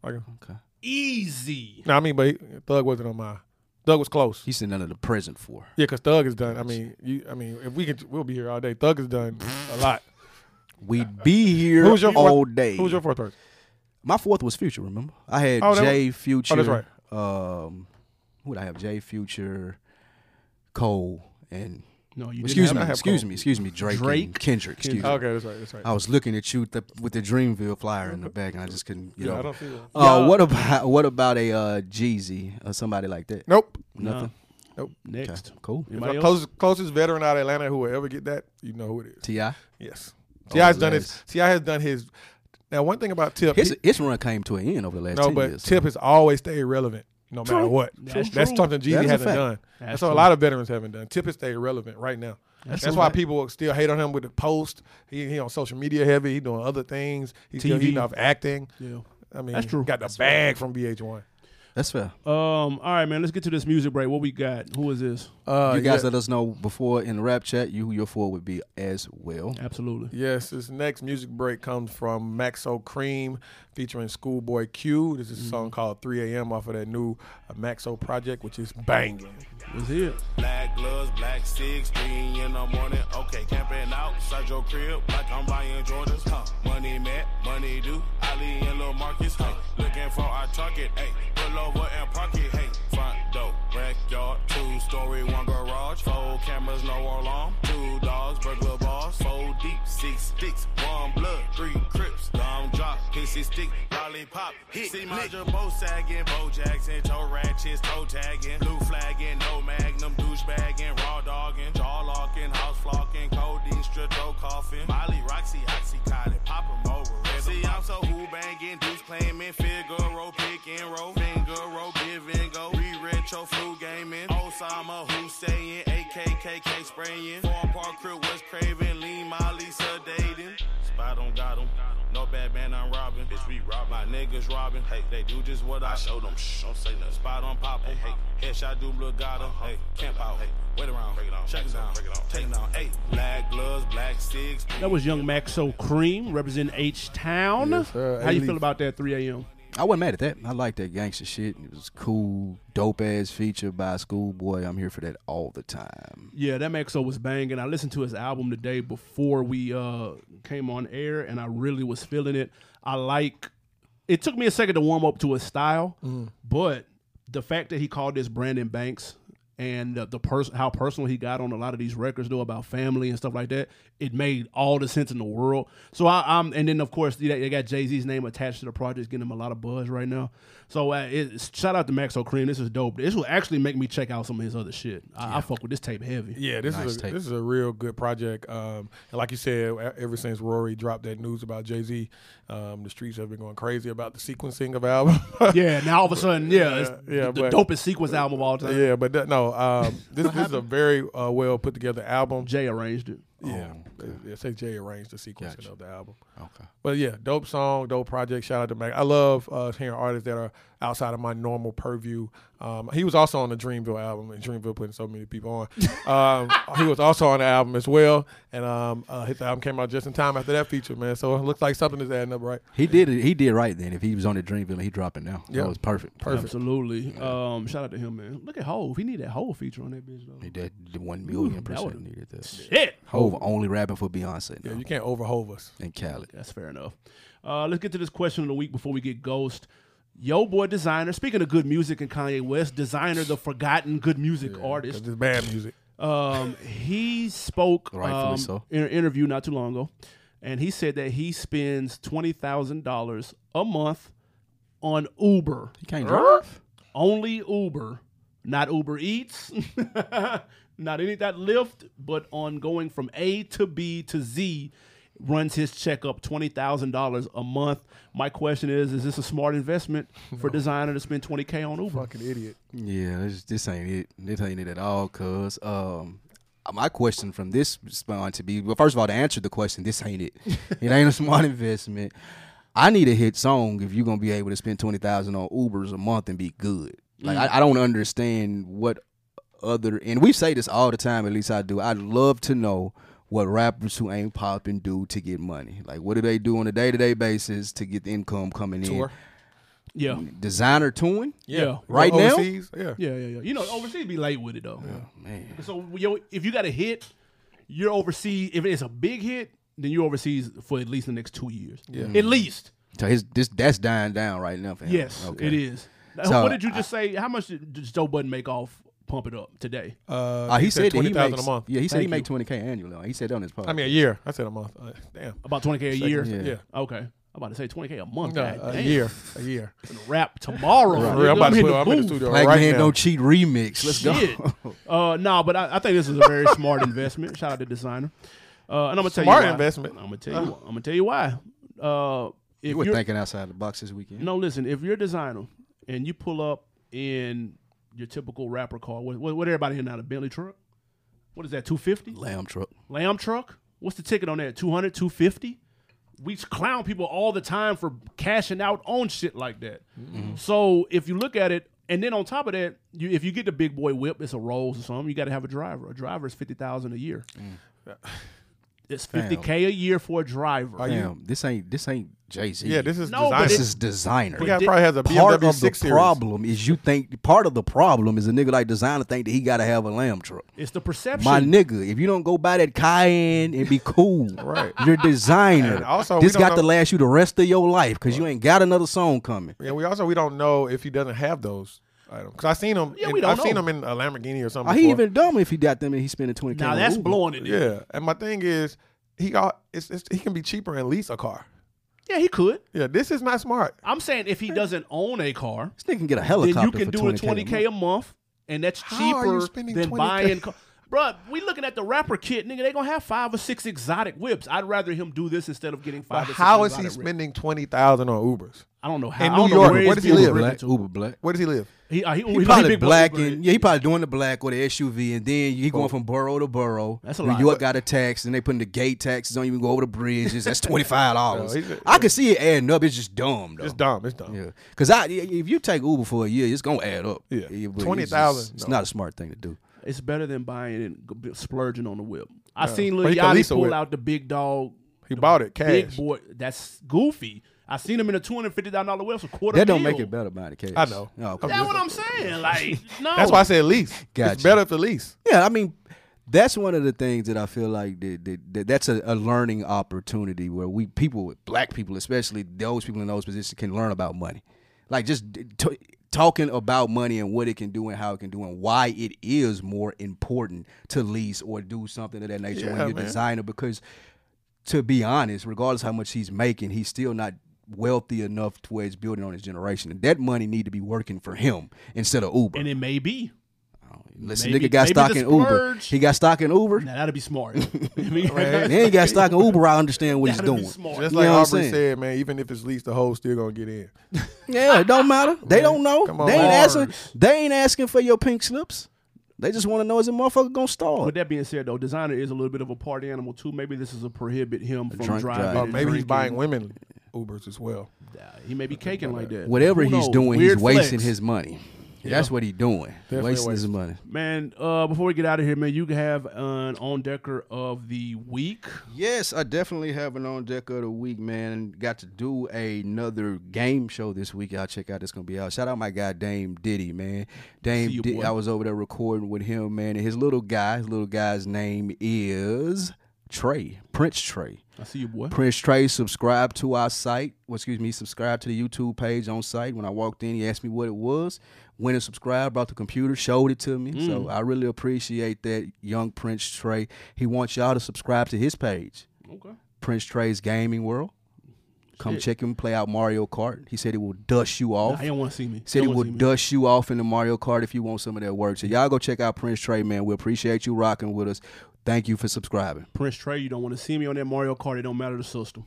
Like, okay. Easy. no, I mean, but he, Thug wasn't on my. Thug was close. He's in under the present for. Yeah, because Thug is done. I mean, you, I mean, if we could, we'll be here all day. Thug is done a lot. We'd be here Who's your all fourth, day. Who's your fourth person? My fourth was Future. Remember, I had Oh, that Jay Future. oh, that's right. Um, who would I have? Jay Future, Cole, and No, you excuse didn't me, have- have excuse Cole. me, excuse me, Drake, Drake? and Kendrick. Excuse me. Okay, that's right. That's right. I was looking at you th- with the Dreamville flyer in the back, and I just couldn't get yeah, I over. don't it. see that. Uh, what about what about a uh, Jeezy or somebody like that? Nope. Nothing. Next. Cool. Anybody My else? closest, closest veteran out of Atlanta who will ever get that, you know who it is. Ti. Yes. Oh, Ti has done Les. his. Ti has done his. Now, one thing about Tip, His he- his run came to an end over the last no, ten but years. Tip has always stayed relevant, no matter what. That's true. something That Jeezy is a hasn't fact. done. That's, That's what true. a lot of veterans haven't done. Tip has stayed relevant right now. That's, a why fact. people still hate on him with the post. He, he on social media heavy. He doing other things. He's still TV. eating off acting. Yeah. I mean, That's true. Got the bag from VH1. That's fair. Um. All right, man. Let's get to this music break. What we got? Who is this? Uh, you guys yeah. let us know before in the rap chat you who your four would be as well. Absolutely. Yes, this next music break comes from Maxo Cream featuring Schoolboy Q. This is a Mm-hmm. song called 3 a.m. off of that new uh, Maxo project, which is banging. Let's hear. it. Black gloves, black six, three in the morning. Okay, camping outside your crib like I'm buying Jordans. Huh? Money Matt, money do. Ali and Lil Marcus. Hey, looking for our target. Hey, pull over and park it. Hey, front door, backyard, two story, one garage, four cameras, no alarm, two dogs, burglar bars, four deep, six sticks, one blood, three crips, long drop, pissy stick, lollipop, hit. See my Jabo sagging, Bo Jackson, toe ratchets, toe tagging, blue flagging, no magnum, douchebagging, raw dogging, jaw locking, house flocking, codeine, strip, toe coughing, Molly, Roxy, Oxycontin, pop 'em over. Red See, I'm so who banging, deuce claiming, Figaro, pick and roll, finger roll, give and go, re retro, flu gaming, Osama Hussein, AKKK spraying, four park crib was craving, lean Molly sedating, spot on got 'em. No bad man, I'm robbing. Bitch, we rob. My niggas robbing. Hey, they do just what I show them. Shh, don't say nothing. Spot on pop. Hey, hey, headshot do blue got 'em. Hey, camp out. Hey, wait around. Break it on. Check it down. Break it on. Take it down. Hey, black gloves, black sticks. That was Young Maxo Cream representing H Town. Yes, sir. How you A-Leaf. feel about that? 3 a.m. I wasn't mad at that. I like that gangster shit. It was cool, dope ass feature by Schoolboy. I'm here for that all the time. Yeah, that Maxo was banging. I listened to his album the day before we uh, came on air, and I really was feeling it. I like. It took me a second to warm up to his style, but the fact that he called this Brandon Banks and the, the person how personal he got on a lot of these records though about family and stuff like that, it made all the sense in the world. So I, I'm, and then of course they they got Jay Z's name attached to the project, getting him a lot of buzz right now. So uh, it, shout out to Maxo Cream, this is dope. This will actually make me check out some of his other shit. I, I fuck with this tape heavy. Yeah, this Nice is a, take. this is a real good project. Um, and like you said, e- ever since Rory dropped that news about Jay Z, um, the streets have been going crazy about the sequencing of album. Yeah, now all of a sudden, yeah, it's yeah, the but- dopest sequence album of all time. yeah, but that, no, um, this, this is a very uh, well put together album. Jay arranged it. Yeah, Oh, They, they say Jay arranged the sequencing Gotcha. of the album. Okay. But yeah, dope song, dope project. Shout out to Mac. I love uh, hearing artists that are outside of my normal purview. Um, he was also on the Dreamville album, and Dreamville putting so many people on. Um, he was also on the album as well, and um, uh, his album came out just in time after that feature, man. So it looks like something is adding up, right? He did it. He did right then. If he was on the Dreamville, he dropped it now. Yeah. That was perfect. Perfect. Absolutely. Um, shout out to him, man. Look at Hove. He need that Hove feature on that bitch though. He did the one million that percent would've- needed that. Shit. Hove only rapping for Beyonce now Yeah, you can't overhove us. and Khaled. That's fair enough. Uh, let's get to this question of the week before we get ghost. Yo, boy, designer. Speaking of good music and Kanye West, designer, the forgotten good music artist. 'Cause it's bad music. Um, he spoke Rightfully um, so. in an interview not too long ago, and he said that he spends twenty thousand dollars a month on Uber, He can't drive. only Uber, not Uber Eats, not any of that Lyft, but on going from A to B to Z. Runs his check up twenty thousand dollars a month. My question is: Is this a smart investment for a designer to spend twenty k on Uber? Fucking idiot. Yeah, this, this ain't it. This ain't it at all. Cause um, my question from this spawn to be well, first of all, to answer the question, this ain't it. it ain't a smart investment. I need a hit song if you're gonna be able to spend twenty thousand on Ubers a month and be good. Like I, I don't understand what other and we say this all the time. At least I do. I'd love to know what rappers who ain't popping do to get money. Like what do they do on a day to day basis to get the income coming Tour. Yeah, in? Designer touring. yeah, Right Go now? overseas, Yeah. yeah, yeah, yeah. You know, overseas be late with it though. Man. So yo, if you got a hit, you're overseas. If it's a big hit, then you're overseas for at least the next two years. Yeah. At least. So his this that's dying down right now for him. Yes, it is. Now, So, what did you just say? How much did did Joe Budden make off Pump It Up today? Uh, Uh, he, said, that he twenty thousand makes- a month. Yeah, he said he Thank make twenty k annually. He said that on his podcast. I mean a year. I said a month. Uh, damn. About 20K a year? Yeah. Yeah. Okay. I'm about to say 20K a month. No, God a damn. year. A year. Rap tomorrow. For real, I'm about to in put. I'm in the booth. studio Black right man now. don't cheat remix. Let's Shit. go. uh, no, but I, I think this is a very smart investment. Shout out to designer. Uh, and I'm gonna tell Smart you why. investment. I'm gonna tell you. I'm gonna tell you why. Uh, if You were you're- thinking outside the box this weekend. No, listen. If you're a designer and you pull up in your typical rapper car, what, what, what everybody in now? The Bentley truck? What is that? Two fifty? Lamb truck. Lamb truck? What's the ticket on that? 200, 250? We clown people all the time for cashing out on shit like that. So if you look at it, and then on top of that, you, if you get the big boy whip, it's a Rolls or something. You got to have a driver. A driver is fifty thousand a year. It's fifty k a year for a driver. you- Damn, this ain't this ain't Jay Z. Yeah, this is No, but design. this it- is designer. The guy probably has a part BMW of the 6 Series. problem is you think part of the problem is a nigga like designer think that he gotta have a lamb truck. It's the perception. My nigga, if you don't go buy that Cayenne and be cool, Right. you're designer. And also, we this don't got to know- last you the rest of your life because you ain't got another song coming. Yeah, we also we don't know if he doesn't have those items because I seen him. Yeah, in- we don't I've seen know. him in a Lamborghini or something. Are he before. even dumb if he got them and he's spending twenty k? now that's blowing it. Yeah. Yeah, and my thing is he got it's, it's he can be cheaper and lease a car. yeah, he could. Yeah, this is not smart. I'm saying if he doesn't own a car, This nigga can get a then helicopter. you for can do a 20K 20k a month, and that's How are you cheaper spending than 20K? buying. Car- Bruh, we looking at the rapper kit, nigga. They gonna have five or six exotic whips. I'd rather him do this instead of getting But five. or six how is he exotic whips. spending twenty thousand on Ubers? I don't know how. in I don't New know York, where where his does he live? Uber Black, rental- Uber black. Where does he live? He, uh, he, he, He he probably big boy black Uber and is. yeah, he probably doing the black or the SUV, and then you going from borough to borough. That's a New lot. York got a tax, and they putting the gate taxes on you. You go over the bridges. That's twenty five dollars. No, he's a- I can see it adding up. It's just dumb though. It's dumb. It's dumb. Yeah, because I if you take Uber for a year, it's gonna add up. Yeah. but it's just- 20,000, It's no. not a smart thing to do. It's better than buying and g- b- splurging on the whip. I seen But Lil he can Yachty lease a pull whip. out the big dog. He bought it Big cash. boy, that's goofy. I seen him in a two hundred fifty dollar whip for quarter. That don't mil. make it better by the Oh, case. I know. No, okay. That's what I'm saying. Like no, That's why I said lease. Gotcha. It's better for lease. Yeah, I mean, that's one of the things that I feel like that, that, that that's a, a learning opportunity where we people, black people especially, those people in those positions can learn about money, like just d- t- talking about money and what it can do and how it can do and why it is more important to lease or do something of that nature when Yeah, you're a man. designer because to be honest, regardless how much he's making, he's still not wealthy enough to where it's building on his generation. And that money need to be working for him instead of Uber. and it may be. Listen, Maybe- nigga got maybe stock the in Uber. splurge- He got stock in Uber. Now that'd be smart. I mean, And then he got stock in Uber. I understand what he's that'd be doing. smart. Just You like know what I'm Aubrey saying? said, man. Even if it's leased, the whole still gonna get in. Yeah, it don't matter. They don't know. Come on, they ain't Mars. asking. They ain't asking for your pink slips. They just want to know is a motherfucker gonna With start? that being said, though, designer is a little bit of a party animal too. Maybe this is a prohibit him from drunk driving. drive. and Or Or Uh, maybe he's drinking. buying women Ubers as well. Nah, He may be caking like that. Whatever Who he's knows? doing, Weird he's wasting flex. his money. That's what he's doing. wasting his wasting. money. Man, uh, before we get out of here, man, you can have an on decker of the week. Yes, I definitely have an on deck of the week, man. And Got to do another game show this week. Y'all check out. It's gonna be out. Shout out my guy Dame Diddy, man. Dame See you, Diddy. boy. I was over there recording with him, man. And his little guy, his little guy's name is Trey Prince Trey. I see you, boy. Prince Trey subscribed to our site. Well, excuse me, subscribed to the YouTube page on site. When I walked in, he asked me what it was. Went and subscribed, brought the computer, showed it to me. So Mm. I really appreciate that, young Prince Trey. He wants y'all to subscribe to his page, Okay. Prince Trey's Gaming World. Come Shit. check him play out Mario Kart. He said it will dust you Nah, off. he don't want to see me. Oh. Said he Don't will wanna see me. dust you off in the Mario Kart if you want some of that work. So y'all go check out Prince Trey, man. We appreciate you rocking with us. Thank you for subscribing. Prince Trey, you don't want to see me on that Mario Kart. It don't matter the system.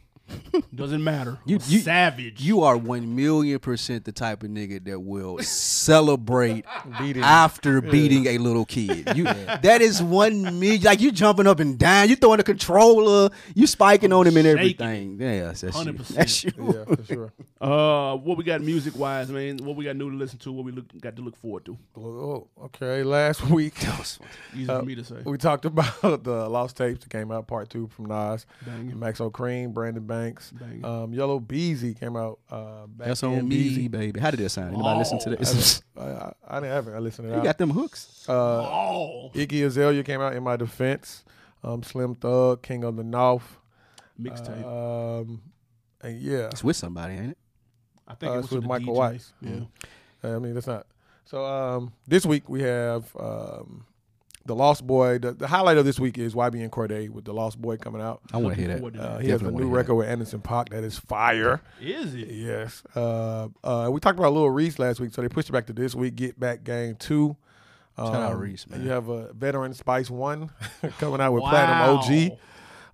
Doesn't matter. You- You, you- savage. You are one million percent the type of nigga that will celebrate Beating. after beating a little kid. You that is one million. Like you jumping up and down, you throwing the controller, you spiking on him and Shaking. everything. Yeah, that's, that's you. 100%. That's you. Yeah, for sure. Uh, what we got music wise, man? What we got new to listen to? What we look, got to look forward to? Oh, okay, last week Easy Uh, for me to say. we talked about the Lost Tapes that came out, part two from Nas, Banging. Max O'Cream, Brandon Banks, Banging. um, Yellow Beezy came out. Uh, back That's on in me, Beezy. baby. How did that sound? Anybody listen to Oh, that? I, I, I didn't have it. I listened to you it. got them hooks. Uh, oh, Iggy Azalea came out in my defense. Um, Slim Thug, King of the North. Uh, mixtape. Um, and yeah, It's with somebody, ain't it? I think uh, it it's was with the Michael DJ. Weiss. Yeah. I mean that's not. So um, this week we have um, the Lost Boy. The, the highlight of this week is YB and Cordae with the Lost Boy coming out. I want to hear Forward that. to Uh, that. he has a Definitely new wanna hear record with Anderson Park that is fire. Is it? Yes. Uh, uh, we talked about Lil Reese last week, so they pushed it back to this week. Get Back Gang Two. Um, Shout out Reese, man. You have a veteran Spice One coming out with Wow. Platinum OG.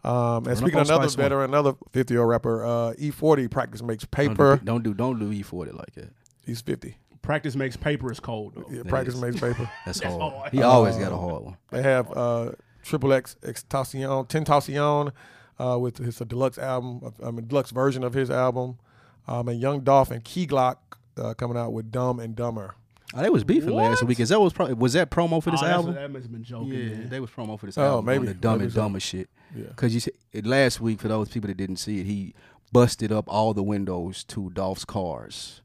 Um, up and speaking on of another Spice One. veteran, another 50 year old rapper, uh, E40 practice makes Don't paper. do, don't do don't do E forty like that. He's 50. Practice makes paper is cold. Though. Yeah, practice is- makes paper. That's hard. hard. He always got a hard one. They have uh, Triple X Extacion, Tentacion, uh, with his deluxe album, I mean, deluxe version of his album, um, and Young Dolph and Key Glock uh, coming out with Dumb and Dumber. Oh, they was beefing last What? week. Is that was probably was that promo for this Oh, that's- album? That must have been joking. Yeah, man. they was promo for this Oh, album. maybe. on the dumb Maybe and so. dumber shit. Yeah. Cause you said it last week for those people that didn't see it, he busted up all the windows to Dolph's cars,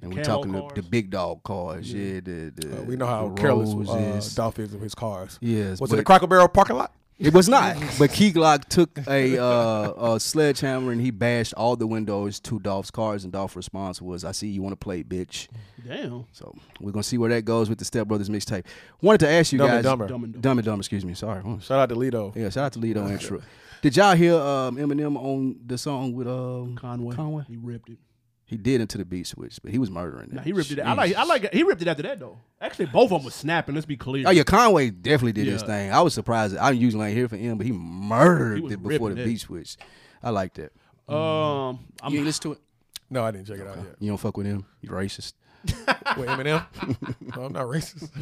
and we're Camo talking the- the, cars? big dog cars. Yeah, the, the Uh, we know how the careless uh, Roses. Dolph is of his cars. Yes, was but- it the Cracker Barrel parking lot? It was not. but Key Glock took a, uh, a sledgehammer and he bashed all the windows to Dolph's cars, and Dolph's response was, "I see you want to play, bitch." Damn. So we're gonna see where that goes with the Step Brothers mixtape. Wanted to ask you Dumb guys, and Dumber. Dumb and dumb. Dumb and Dumber, excuse me. Sorry. Oh, Shout out to Lido. Yeah, shout out to Lido and True. Did y'all hear um, Eminem on the song with um, Conway. Conway? He ripped it. He did into the beat switch, but he was murdering it. Nah, he ripped it. I like. I like. He ripped it after that though. Actually, both of them were snapping. Let's be clear. Oh yeah, Conway definitely did his Yeah. thing. I was surprised. I usually ain't here for him, but he murdered He was it before ripping the it. beat switch. I like that. Um. I'm, You ain't listen to it. No, I didn't check it out yet. You don't fuck with him. You racist. With Eminem? no, I'm not racist.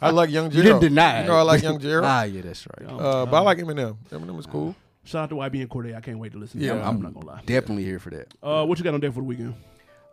I like Young You Gerald. didn't deny. You know I like it. Young Gerald. ah, yeah, that's right. Uh, but I like Eminem. Eminem is cool. shout out to YB and Corday. I can't wait to listen. Yeah, to that. I'm, I'm not gonna lie. Definitely here for that. Uh, what you got on deck for the weekend?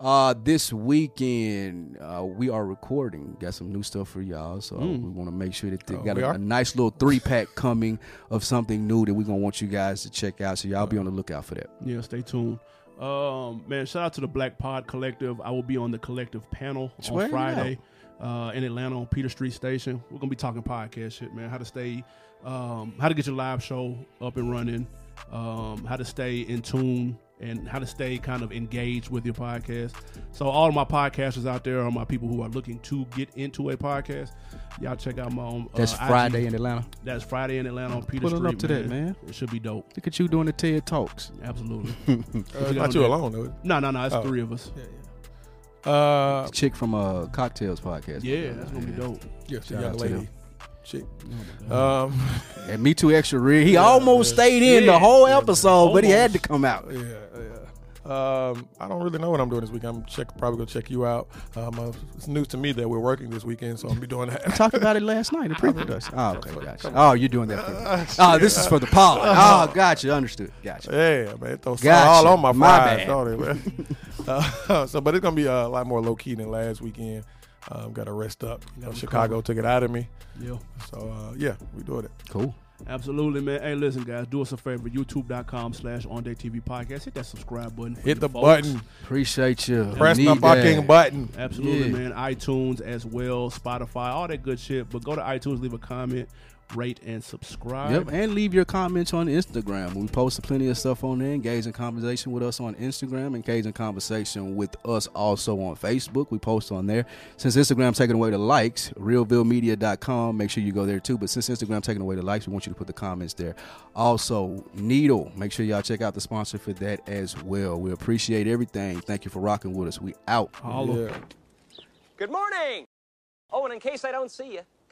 Uh, this weekend uh, we are recording. Got some new stuff for y'all, so we want to make sure that they got we a, are? a nice little three pack coming of something new that we're gonna want you guys to check out. So y'all be on the lookout for that. Yeah, stay tuned. Um, man, shout out to the Black Pod Collective. I will be on the collective panel where on you Friday uh, in Atlanta on Peter Street Station. We're gonna be talking podcast shit, man. How to stay, um, how to get your live show up and running, um, how to stay in tune, and how to stay kind of engaged with your podcast. So, all of my podcasters out there are my people who are looking to get into a podcast. Y'all check out my own. Uh, That's IG. Friday in Atlanta. That's Friday in Atlanta on Peter Pulling Street. up to that, man. It should be dope. Look at you doing the TED Talks. Absolutely. Uh, it's not you alone, though. No, no, no. It's Oh. three of us. Uh, Chick from uh, Cocktails Podcast. Yeah, that's gonna be dope. yes, the Shout young out to Oh them. lady. Chick. um, And Me Too Extra Real. He almost stayed in the Yeah. whole episode, but he had to come out. yeah, yeah. Um, I don't really know what I'm doing this week. I'm check, probably gonna check you out. Um, uh, it's news to me that we're working this weekend, so I'm be doing that. Talked about it last night. The preview does. Oh, okay, gotcha. Oh, you're doing that. For Ah, me. Oh, this is for the pod. Oh, gotcha. Understood. Gotcha. Yeah, man, it throws Gotcha. all on my My fries, bad. don't it, man? uh, so, but it's gonna be uh, a lot more low key than last weekend. Um, got to rest up. You know, Chicago took it out of me. Yeah. So uh, yeah, we doing it. Cool. Absolutely, man. Hey, listen, guys, do us a favor. YouTube.com slash On Day TV Podcast. Hit that subscribe button. for Hit you the folks. button. Appreciate you. Press Need the fucking that. button. Absolutely, Yeah. man. iTunes as well, Spotify, all that good shit. But go to iTunes, leave a comment, rate, and subscribe. Yep, and leave your comments on Instagram. We post plenty of stuff on there. Engage in conversation with us on Instagram. Engage in conversation with us also on Facebook. We post on there. Since Instagram's taking away the likes, realvillemedia.com, make sure you go there too. But since Instagram's taking away the likes, we want you to put the comments there. Also, Needle, make sure y'all check out the sponsor for that as well. We appreciate everything. Thank you for rocking with us. We out. Holla. Yeah. Good morning! Oh, and in case I don't see you,